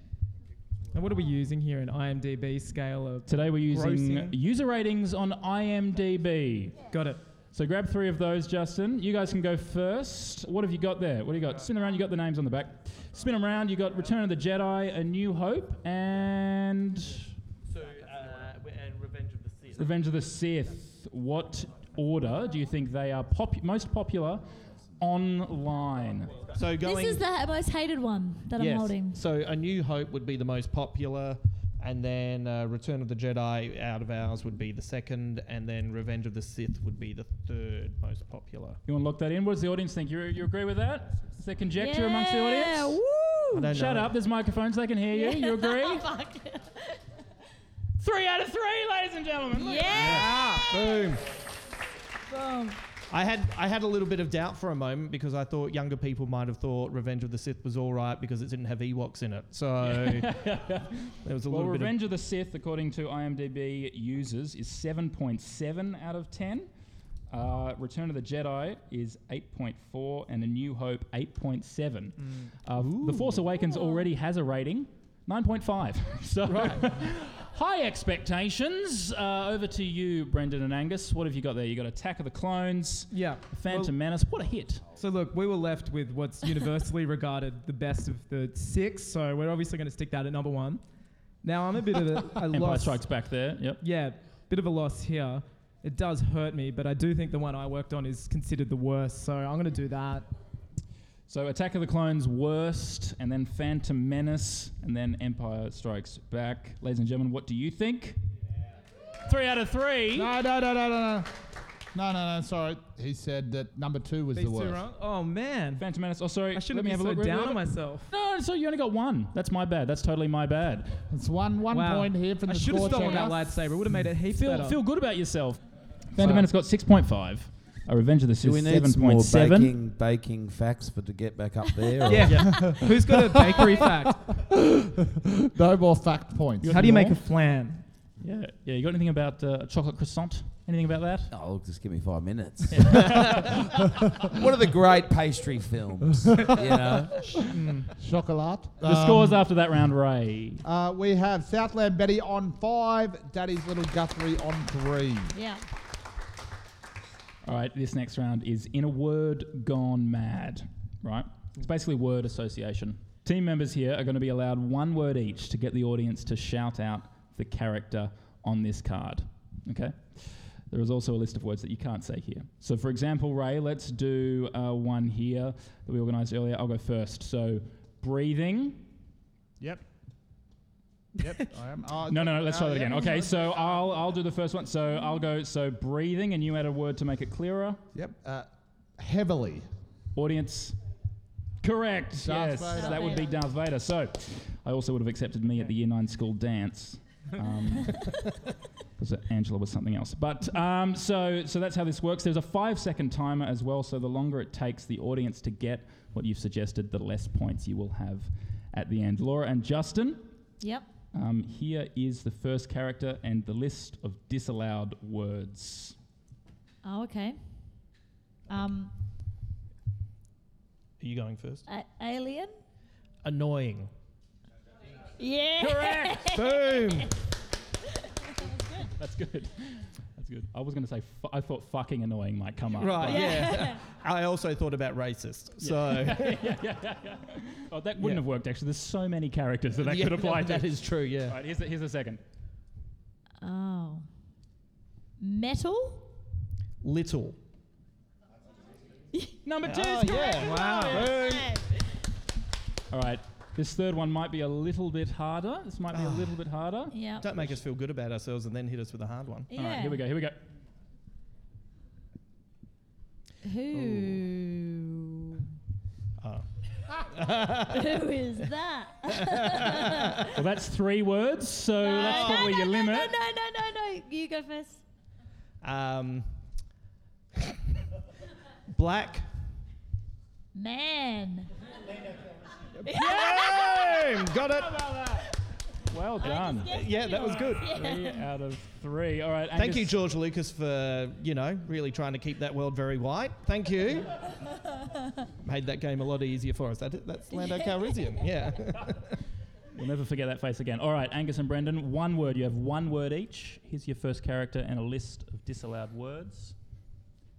Speaker 3: And what are we using here? An IMDb scale of.
Speaker 1: Today we're using
Speaker 3: Grossing.
Speaker 1: user ratings on IMDb.
Speaker 3: Got it.
Speaker 1: So grab three of those, Justin. You guys can go first. What have you got there? What do you got? Spin around, you got the names on the back. Spin 'em around, you got Return of the Jedi, A New Hope, and
Speaker 4: So, uh, and Revenge of the Sith.
Speaker 1: Revenge of the Sith. What order do you think they are pop- most popular online?
Speaker 4: So going.
Speaker 5: This is the ha- most hated one that I'm
Speaker 4: yes.
Speaker 5: holding.
Speaker 4: So A New Hope would be the most popular, and then uh, Return of the Jedi out of ours would be the second, and then Revenge of the Sith would be the third most popular.
Speaker 1: You want to lock that in? What does the audience think? You, you agree with that? Is there conjecture amongst the
Speaker 5: Yeah,
Speaker 1: audience?
Speaker 4: I don't
Speaker 1: Shut
Speaker 4: know.
Speaker 1: up, there's microphones, they can hear you. You agree?
Speaker 5: Fuck.
Speaker 1: three out of three, ladies and gentlemen. Look.
Speaker 5: Yeah.
Speaker 4: Boom. I had I had a little bit of doubt for a moment because I thought younger people might have thought Revenge of the Sith was all right because it didn't have Ewoks in it. So there was a
Speaker 1: Well,
Speaker 4: little bit.
Speaker 1: Revenge of the Sith, according to IMDb users, is 7.7 out of 10. Uh, Return of the Jedi is 8.4, and A New Hope 8.7. Uh, the Force Awakens already has a rating, 9.5. so high expectations. Uh, over to you, Brendan and Angus. What have you got there? You got Attack of the Clones,
Speaker 3: Yeah.
Speaker 1: Phantom
Speaker 3: Well-
Speaker 1: Menace. What a hit!
Speaker 3: So look, we were left with what's universally regarded the best of the six. So we're obviously going to stick that at number one. Now I'm a bit of a, a
Speaker 1: Empire
Speaker 3: loss.
Speaker 1: Strikes Back. There. Yep.
Speaker 3: Yeah, bit of a loss here. It does hurt me, but I do think the one I worked on is considered the worst. So I'm going to do that.
Speaker 1: So Attack of the Clones worst, and then Phantom Menace, and then Empire Strikes Back. Ladies and gentlemen, what do you think? Three out of three.
Speaker 2: No, no, no, no, no, no. No, no, no, sorry. He said that number two was
Speaker 3: These
Speaker 2: the
Speaker 3: two
Speaker 2: worst.
Speaker 3: wrong. Oh man,
Speaker 1: Phantom Menace. Oh, sorry.
Speaker 3: I shouldn't
Speaker 1: Let me
Speaker 3: be
Speaker 1: have a
Speaker 3: so
Speaker 1: look.
Speaker 3: down
Speaker 1: Let
Speaker 3: on
Speaker 1: me-
Speaker 3: myself.
Speaker 1: No, so you only got one. That's my bad. That's totally my bad.
Speaker 2: It's one, one
Speaker 3: Wow.
Speaker 2: point here from
Speaker 3: I
Speaker 2: the
Speaker 3: should have
Speaker 2: score
Speaker 3: stolen that
Speaker 2: checker.
Speaker 3: lightsaber. Would have made it heaps
Speaker 1: Feel
Speaker 3: better.
Speaker 1: feel good about yourself. Phantom Menace got six point five. A Revenge of the
Speaker 6: Do
Speaker 1: Sith
Speaker 6: we need
Speaker 1: seven
Speaker 6: some more
Speaker 1: point seven.
Speaker 6: baking, baking facts for to get back up there? or-
Speaker 3: yeah. Who's got a bakery fact?
Speaker 2: No more fact points.
Speaker 1: You got
Speaker 3: How do you
Speaker 1: more?
Speaker 3: make a flan?
Speaker 1: Yeah, yeah. You got anything about uh, chocolate croissant? Anything about that?
Speaker 6: Oh, look, just give me five minutes. One of the great pastry films, you know.
Speaker 2: Chocolat.
Speaker 6: Um,
Speaker 1: The scores after that round, Ray.
Speaker 2: Um, Uh, we have Southland Betty on five, Daddy's Little Guthrie on three.
Speaker 5: Yeah.
Speaker 1: All right, this next round is In a Word Gone Mad, right? It's basically word association. Team members here are going to be allowed one word each to get the audience to shout out the character on this card, okay? There is also a list of words that you can't say here. So, for example, Ray, let's do uh, one here that we organised earlier. I'll go first. So, breathing.
Speaker 2: Yep. Yep, I am. Oh,
Speaker 1: No, no, no. Let's try
Speaker 2: oh,
Speaker 1: that
Speaker 2: yeah.
Speaker 1: again. Okay, so I'll I'll do the first one. So I'll go. So breathing, and you add a word to make it clearer.
Speaker 2: Yep. Uh, heavily.
Speaker 1: Audience. Correct.
Speaker 2: Darth
Speaker 1: yes,
Speaker 2: Vader.
Speaker 1: that would be Darth Vader. So, I also would have accepted me at the Year Nine school dance. Um, because Angela was something else. But um, so so that's how this works. There's a five second timer as well. So the longer it takes the audience to get what you've suggested, the less points you will have at the end. Laura and Justin.
Speaker 5: Yep.
Speaker 1: Um, here is the first character and the list of disallowed words.
Speaker 5: Oh, okay. Um,
Speaker 4: Are you going first?
Speaker 5: a- alien.
Speaker 4: Annoying.
Speaker 5: Yeah.
Speaker 1: Correct.
Speaker 4: Boom.
Speaker 1: That's good. That's good. I was going to say, fu- I thought fucking annoying might come up.
Speaker 4: Right.
Speaker 1: but-
Speaker 4: Yeah. I also thought about racist. So
Speaker 1: Oh, that wouldn't
Speaker 4: Yeah.
Speaker 1: have worked, actually. There's so many characters that that
Speaker 4: Yeah,
Speaker 1: could apply
Speaker 4: that
Speaker 1: to.
Speaker 4: is true.
Speaker 1: All
Speaker 4: Yeah.
Speaker 1: right, here's the, here's the second.
Speaker 5: Oh. Metal.
Speaker 4: Little.
Speaker 1: Number two.
Speaker 2: Oh,
Speaker 1: is correct.
Speaker 2: yeah. Wow.
Speaker 1: All right. This third one might be a little bit harder. This might be
Speaker 4: Ah.
Speaker 1: a little bit harder.
Speaker 5: Yeah.
Speaker 4: Don't make us feel good about ourselves and then hit us with a hard one.
Speaker 5: Yeah.
Speaker 1: All right, here we go. Here we go.
Speaker 5: Who?
Speaker 4: Oh.
Speaker 5: Who is that?
Speaker 1: Well, that's three words, so that's probably
Speaker 5: no,
Speaker 1: your
Speaker 5: no,
Speaker 1: limit.
Speaker 5: No, no, no, no, no. You go first.
Speaker 4: Um, black.
Speaker 5: Man.
Speaker 4: Boom. Got it.
Speaker 1: Well done.
Speaker 4: Yeah, that was good.
Speaker 1: Three out of three. All right.
Speaker 4: Thank you,
Speaker 1: Angus.
Speaker 4: George Lucas, for you know really trying to keep that world very white. Thank you. Made that game a lot easier for us. That, that's Lando Calrissian. Yeah.
Speaker 1: We'll never forget that face again. All right, Angus and Brendan, one word. You have one word each. Here's your first character and a list of disallowed words.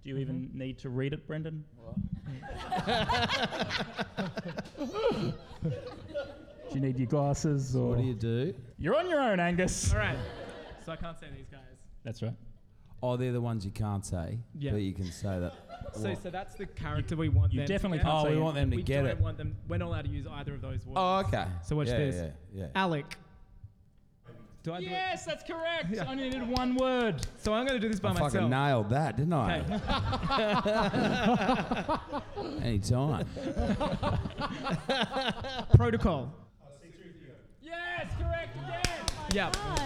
Speaker 1: Do
Speaker 6: Mm-hmm.
Speaker 1: you even need to read it, Brendan? do you need your glasses or
Speaker 6: What do you do?
Speaker 1: You're on your own, Angus.
Speaker 3: All right. So I can't say these guys.
Speaker 1: That's right.
Speaker 6: Oh, they're the ones you can't say,
Speaker 3: Yeah.
Speaker 6: but you can say that.
Speaker 3: So, so that's the character we want.
Speaker 1: you
Speaker 3: them
Speaker 1: definitely
Speaker 3: to get.
Speaker 1: can't
Speaker 6: Oh,
Speaker 1: say
Speaker 6: we
Speaker 1: it.
Speaker 6: want them to
Speaker 3: we
Speaker 6: get
Speaker 3: don't
Speaker 6: it.
Speaker 3: want them. We're not allowed to use either of those words.
Speaker 6: Oh, okay.
Speaker 3: So watch
Speaker 6: yeah,
Speaker 3: this.
Speaker 6: Yeah, yeah.
Speaker 3: Alec. Do I do it?
Speaker 1: Yes, that's correct. I only needed one word.
Speaker 3: So I'm going to do this by
Speaker 6: I
Speaker 3: myself.
Speaker 6: fucking nailed that, didn't I? Any time.
Speaker 3: Protocol.
Speaker 1: Yes, correct again.
Speaker 3: Yeah.
Speaker 5: Gosh.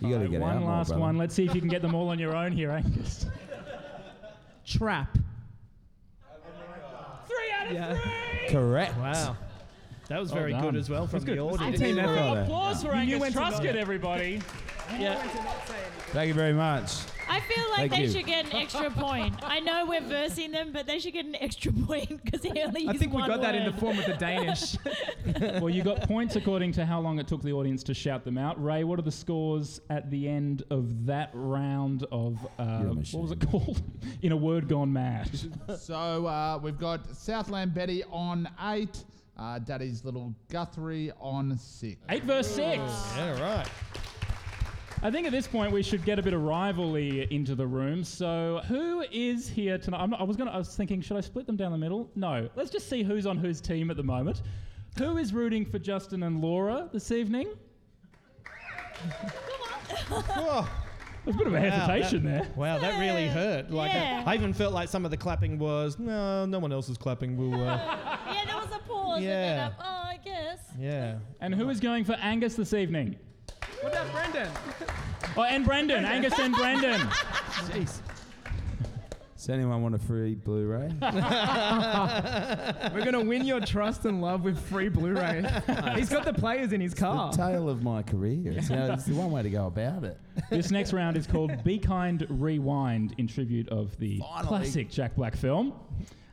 Speaker 6: You got to get out
Speaker 1: one
Speaker 6: more,
Speaker 1: last
Speaker 6: brother.
Speaker 1: one. Let's see if you can get them all on your own here, Angus.
Speaker 3: Trap.
Speaker 1: Three out of
Speaker 3: Yeah.
Speaker 6: Correct.
Speaker 4: Wow. That was very
Speaker 1: done.
Speaker 4: good as well from the
Speaker 3: Good
Speaker 4: audience.
Speaker 3: team
Speaker 6: Well
Speaker 3: effort.
Speaker 6: done.
Speaker 1: Applause for
Speaker 3: knew when
Speaker 1: Angus
Speaker 3: to go.
Speaker 1: Truscott, everybody.
Speaker 6: Thank you very much.
Speaker 5: I feel like
Speaker 6: Thank
Speaker 5: they
Speaker 6: you.
Speaker 5: should get an extra point. I know we're versing them, but they should get an extra point because they only
Speaker 3: I
Speaker 5: used
Speaker 3: think we
Speaker 5: one
Speaker 3: got that in the
Speaker 5: word.
Speaker 3: form of the Danish.
Speaker 1: well, you got points according to how long it took the audience to shout them out. Ray, what are the scores at the end of that round of uh,
Speaker 6: You're a
Speaker 1: what
Speaker 6: machine.
Speaker 1: was it called? In a word, gone mad.
Speaker 2: So uh, we've got Southland Betty on eight, uh, Daddy's Little Guthrie on six.
Speaker 1: Eight verse six.
Speaker 4: Yeah, right.
Speaker 1: I think at this point we should get a bit of rivalry into the room. So who is here tonight? I'm not, I was gonna. I was thinking, should I split them down the middle? No. Let's just see who's on whose team at the moment. Who is rooting for Justin and Laura this evening?
Speaker 4: Oh,
Speaker 1: There's a bit of a hesitation there.
Speaker 4: wow, that really hurt. Like
Speaker 5: Yeah.
Speaker 4: I even felt like some of the clapping was no, no one else is clapping. We'll, uh,
Speaker 5: Yeah, there was a pause.
Speaker 4: Yeah.
Speaker 5: And then, oh, I guess.
Speaker 4: yeah.
Speaker 1: And who is going for Angus this evening?
Speaker 3: what about Brendan?
Speaker 1: Oh, and Brendan. Angus and Brendan.
Speaker 4: Jeez.
Speaker 6: Does anyone want a free Blu-ray?
Speaker 3: We're gonna win your trust and love with free Blu-ray. He's got the players in his car.
Speaker 6: The tale of my career. It's, how- it's the one way to go about it.
Speaker 1: This next round is called Be Kind Rewind in tribute of the
Speaker 6: Finally.
Speaker 1: classic Jack Black film.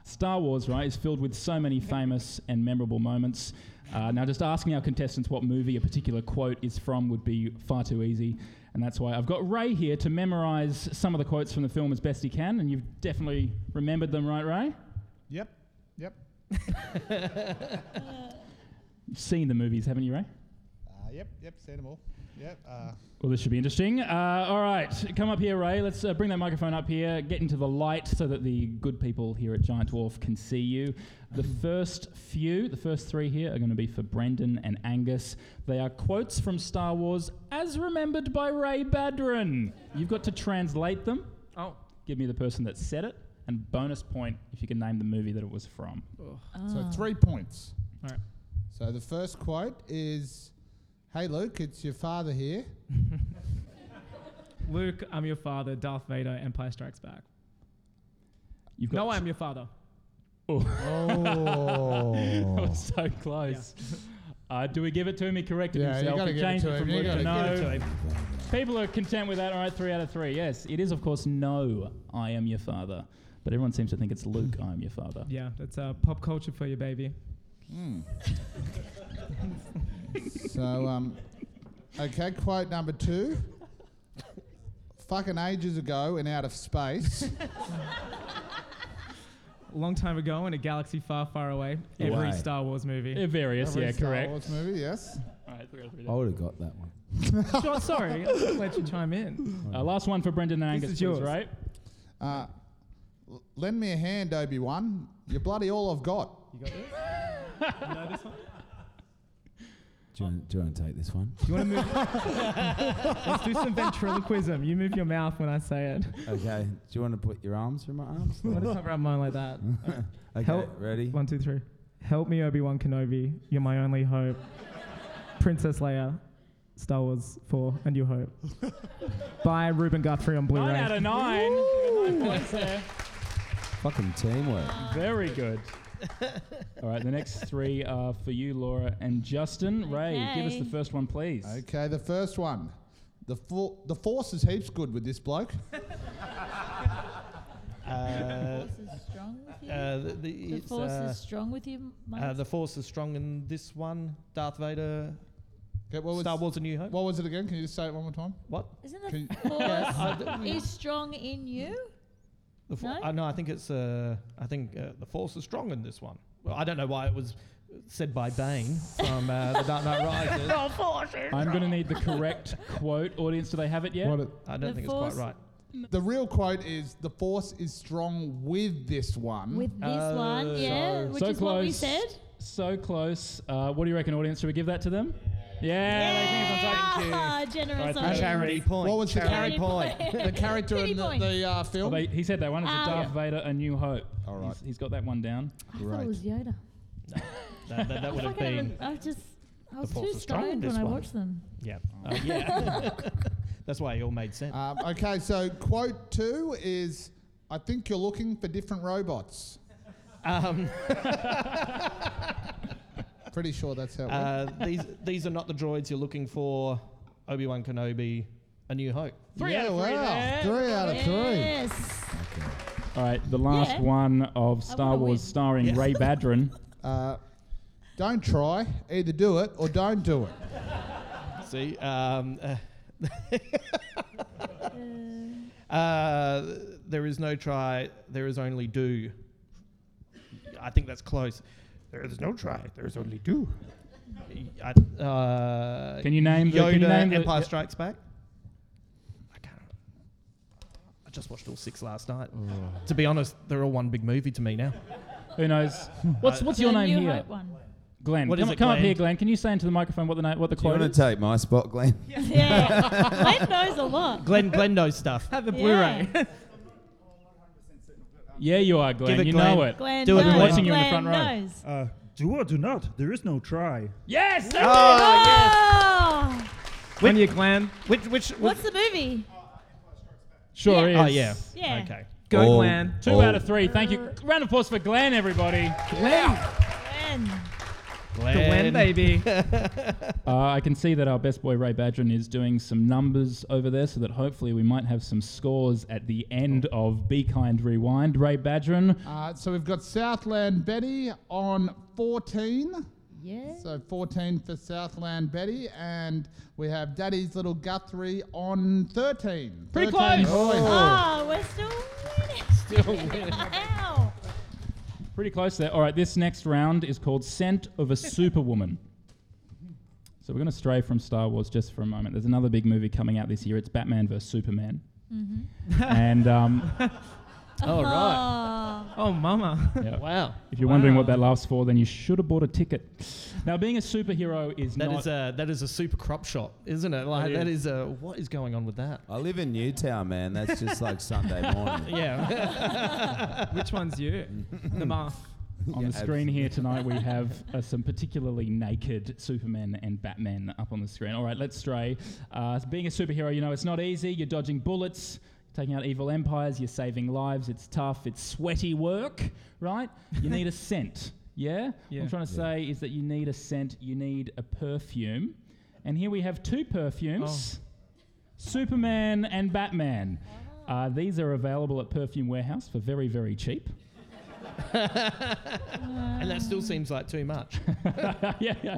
Speaker 1: Star Wars, right, is filled with so many famous and memorable moments. Uh, now, just asking our contestants what movie a particular quote is from would be far too easy, and that's why I've got Ray here to memorize some of the quotes from the film as best he can, and you've definitely remembered them, right, Ray?
Speaker 2: Yep. Yep.
Speaker 1: You've seen the movies, haven't you, Ray?
Speaker 2: Uh, yep. Yep. Seen them all. Yep. Uh,
Speaker 1: Well, this should be interesting. Uh, all right, come up here, Ray. Let's uh, bring that microphone up here. Get into the light so that the good people here at Giant Dwarf can see you. The first few, the first three here, are going to be for Brendan and Angus. They are quotes from Star Wars as remembered by Ray Badron. You've got to translate them.
Speaker 3: Oh,
Speaker 1: Give me the person that said it, and bonus point if you can name the movie that it was from.
Speaker 2: So three points.
Speaker 3: All right.
Speaker 2: So the first quote is, "Hey Luke, it's your father here."
Speaker 3: Luke, I'm your father. Darth Vader, Empire Strikes Back.
Speaker 1: You've got
Speaker 3: No, I'm your father.
Speaker 1: That
Speaker 2: Oh.
Speaker 1: was so close. Uh, do we give it to him? He corrected
Speaker 2: Yeah, you
Speaker 1: himself.
Speaker 2: gotta
Speaker 1: He
Speaker 2: give it
Speaker 1: changed
Speaker 2: to him.
Speaker 1: from
Speaker 2: You
Speaker 1: Luke
Speaker 2: gotta
Speaker 1: to
Speaker 2: give
Speaker 1: no. People are content with that. All right, three out of three. Yes, it is, of course, no, I am your father. But everyone seems to think it's Luke, I am your father.
Speaker 3: Yeah, that's uh, pop culture for you, baby.
Speaker 2: Hmm. so um, okay. Quote number two. Fucking ages ago and out of space.
Speaker 3: A long time ago in a galaxy far, far away. Every
Speaker 6: Away.
Speaker 3: Star Wars movie.
Speaker 1: Uh, various,
Speaker 2: Every
Speaker 1: yeah,
Speaker 2: Star
Speaker 1: correct.
Speaker 2: Wars Oh. movie, yes.
Speaker 1: All right, three out of three.
Speaker 6: I would have got that one.
Speaker 3: Sure, sorry, I'll let you chime in.
Speaker 1: Uh, last one for Brendan and Angus,
Speaker 3: is
Speaker 1: please,
Speaker 3: yours.
Speaker 1: right?
Speaker 2: Uh, l- lend me a hand, Obi Wan. You're bloody all I've got.
Speaker 6: Do you, want, do you want to take this one?
Speaker 3: You want to move? Let's do some ventriloquism. You move your mouth when I say it.
Speaker 6: Okay. Do you want to put your arms through my arms?
Speaker 3: Why does I wrap mine like that?
Speaker 6: Okay.
Speaker 3: Help.
Speaker 6: Ready?
Speaker 3: One, two, three. Help me, Obi Wan Kenobi. You're my only hope. Princess Leia, Star Wars 4, A New Hope. By Ruben Guthrie on Blu
Speaker 1: Nine out
Speaker 3: ray.
Speaker 1: of nine. Nine points there.
Speaker 6: Fucking teamwork.
Speaker 1: Very good. All right, the next three are for you, Laura and Justin. Ray, give us
Speaker 5: Okay.
Speaker 1: the first one, please.
Speaker 2: Okay, the first one. The, for- the force is heaps good with this bloke.
Speaker 4: Uh,
Speaker 5: force is strong with you.
Speaker 4: uh, the, the,
Speaker 5: the
Speaker 4: it's,
Speaker 5: force
Speaker 4: uh,
Speaker 5: is strong with you, Mike.
Speaker 4: uh, the force is strong in this one. Darth Vader,
Speaker 2: Okay, what, was,
Speaker 4: Star Wars: A New Hope.
Speaker 2: what was it again? Can you just say it one more time?
Speaker 4: What?
Speaker 5: Isn't the
Speaker 2: Can-
Speaker 5: force
Speaker 4: Yeah, I-
Speaker 5: is strong in you?
Speaker 4: The fo-
Speaker 5: No?
Speaker 4: uh, no, I think it's. Uh, I think uh, the force is strong in this one. Well, I don't know why it was said by Bane from uh, The Dark Knight Rises.
Speaker 1: I'm going to need the correct quote. Audience, do they have it yet?
Speaker 2: What it-
Speaker 4: I don't
Speaker 5: The
Speaker 4: think
Speaker 5: Force-
Speaker 4: it's quite right.
Speaker 2: the real quote is the force is strong with this one.
Speaker 5: With this one, yeah,
Speaker 1: so-
Speaker 5: which
Speaker 1: so
Speaker 5: is what we
Speaker 1: close.
Speaker 5: said.
Speaker 1: So close. Uh, what do you reckon, audience? Should we give that to them? Yeah.
Speaker 5: Ah,
Speaker 1: Alright,
Speaker 5: generous.
Speaker 1: thank
Speaker 5: of
Speaker 1: you.
Speaker 5: you.
Speaker 4: Charity point.
Speaker 2: What was the
Speaker 4: Charity
Speaker 5: character-
Speaker 4: point?
Speaker 2: the character
Speaker 5: Pity
Speaker 2: in the,
Speaker 5: point.
Speaker 2: the uh,
Speaker 1: Well,
Speaker 2: film.
Speaker 1: they, he said that one. It's a
Speaker 5: Um,
Speaker 1: Darth Vader, A New Hope.
Speaker 2: All right.
Speaker 1: He's- he's got that one down.
Speaker 5: I thought
Speaker 2: Right.
Speaker 5: it was Yoda.
Speaker 4: that, that, that would
Speaker 5: I
Speaker 4: have
Speaker 5: fucking
Speaker 4: been.
Speaker 5: haven't- I just. I was
Speaker 4: force
Speaker 5: too
Speaker 4: is strong in
Speaker 5: stoned when
Speaker 4: this
Speaker 5: I
Speaker 4: one.
Speaker 5: watched them.
Speaker 4: Yeah. Uh, yeah. That's why it all made sense.
Speaker 2: um, okay, so quote two is I think you're looking for different robots.
Speaker 4: Um,
Speaker 2: Pretty sure that's how it went.
Speaker 4: uh, these these are not the droids you're looking for. Obi Wan Kenobi, A New Hope.
Speaker 1: Three
Speaker 2: yeah,
Speaker 1: out of three
Speaker 2: wow.
Speaker 1: there.
Speaker 2: Three out of three.
Speaker 5: Yes.
Speaker 1: All right, the last
Speaker 5: Yeah.
Speaker 1: one of Star
Speaker 5: wanna
Speaker 1: Wars
Speaker 5: win.
Speaker 1: starring Ray Badron.
Speaker 2: Uh, don't try. Either do it or don't do it.
Speaker 4: See, um, uh,
Speaker 5: Uh,
Speaker 4: uh, there is no try. There is only do. I think that's close. There is no try. There is only do. I, uh,
Speaker 1: Can you name the-
Speaker 4: Yoda,
Speaker 1: can you name the-
Speaker 4: Empire Strikes Back? I can't. I just watched all six last night.
Speaker 1: Oh.
Speaker 4: To be honest, they're all one big movie to me now.
Speaker 1: Who knows? What's what's your
Speaker 5: the
Speaker 1: name
Speaker 5: New
Speaker 1: here?
Speaker 5: Hope one.
Speaker 1: Glenn.
Speaker 4: Uh, What
Speaker 1: come
Speaker 4: is
Speaker 1: on-
Speaker 4: it,
Speaker 1: come up
Speaker 4: Glenn?
Speaker 1: here, Glenn. Can you say into the microphone what the na- what the
Speaker 6: Do you
Speaker 1: quote
Speaker 6: want to
Speaker 1: is?
Speaker 6: take my spot, Glenn?
Speaker 5: Yeah. Glenn knows a lot.
Speaker 4: Glenn Glenn knows stuff.
Speaker 3: Have the
Speaker 5: Yeah.
Speaker 3: Blu ray.
Speaker 1: yeah, you are, Glenn.
Speaker 4: it
Speaker 1: you
Speaker 4: Glenn.
Speaker 1: know it.
Speaker 5: Glenn
Speaker 4: Do it,
Speaker 5: knows.
Speaker 4: Glenn.
Speaker 1: Watching you in the
Speaker 5: Glenn
Speaker 1: front row.
Speaker 5: knows.
Speaker 7: Uh, do or do not. There is no try.
Speaker 1: Yes.
Speaker 4: Ah!
Speaker 5: Oh,
Speaker 3: When you, Glenn.
Speaker 4: Which which
Speaker 5: What's the movie?
Speaker 1: Sure
Speaker 5: Yeah.
Speaker 1: is. Oh.
Speaker 4: Oh yeah.
Speaker 5: Yeah.
Speaker 4: Okay.
Speaker 3: Go,
Speaker 6: All-
Speaker 3: Glenn.
Speaker 1: Two
Speaker 6: all-
Speaker 1: out of three. Thank you. Round of applause for Glenn, everybody.
Speaker 3: Glenn. Glenn,
Speaker 5: Glenn.
Speaker 3: baby.
Speaker 1: Uh, I can see that our best boy Ray Badron is doing some numbers over there, so that hopefully we might have some scores at the end of Be Kind Rewind. Ray Badron,
Speaker 2: Uh, so we've got Southland Betty on 14.
Speaker 5: Yeah.
Speaker 2: So 14 for Southland Betty, and we have Daddy's Little Guthrie on 13.
Speaker 1: Pretty
Speaker 2: 13
Speaker 1: close.
Speaker 2: points.
Speaker 5: Ah, we're still winning. Still winning. Wow.
Speaker 1: pretty close there. All right, this next round is called Scent of a Superwoman. So we're going to stray from Star Wars just for a moment. There's another big movie coming out this year. It's Batman vs Superman.
Speaker 4: Mm-hmm.
Speaker 1: and um,
Speaker 4: All right.
Speaker 5: Ah.
Speaker 3: Oh, mama.
Speaker 4: Wow.
Speaker 1: if you're wondering what that laughs for, then you should have bought a ticket. Now, being a superhero is
Speaker 4: That
Speaker 1: not.
Speaker 4: is a that is a super crop shot, isn't it? Like that is a what is going on with that?
Speaker 6: I live in Newtown, man. That's just like Sunday morning.
Speaker 4: Yeah.
Speaker 3: Which one's you? the mask.
Speaker 1: On
Speaker 6: Yeah,
Speaker 1: the screen here tonight, we have uh, some particularly naked Superman and Batman up on the screen. All right, let's stray. Uh, being a superhero, you know, it's not easy. You're dodging bullets, taking out evil empires, you're saving lives. It's tough, it's sweaty work, right? You need a scent, yeah? What
Speaker 3: Yeah.
Speaker 1: I'm trying to say is that you need a scent, you need a perfume. And here we have two
Speaker 3: Oh.
Speaker 1: perfumes Superman and Batman. Uh, these are available at Perfume Warehouse for very, very cheap.
Speaker 4: and that still seems like too much.
Speaker 1: yeah, yeah.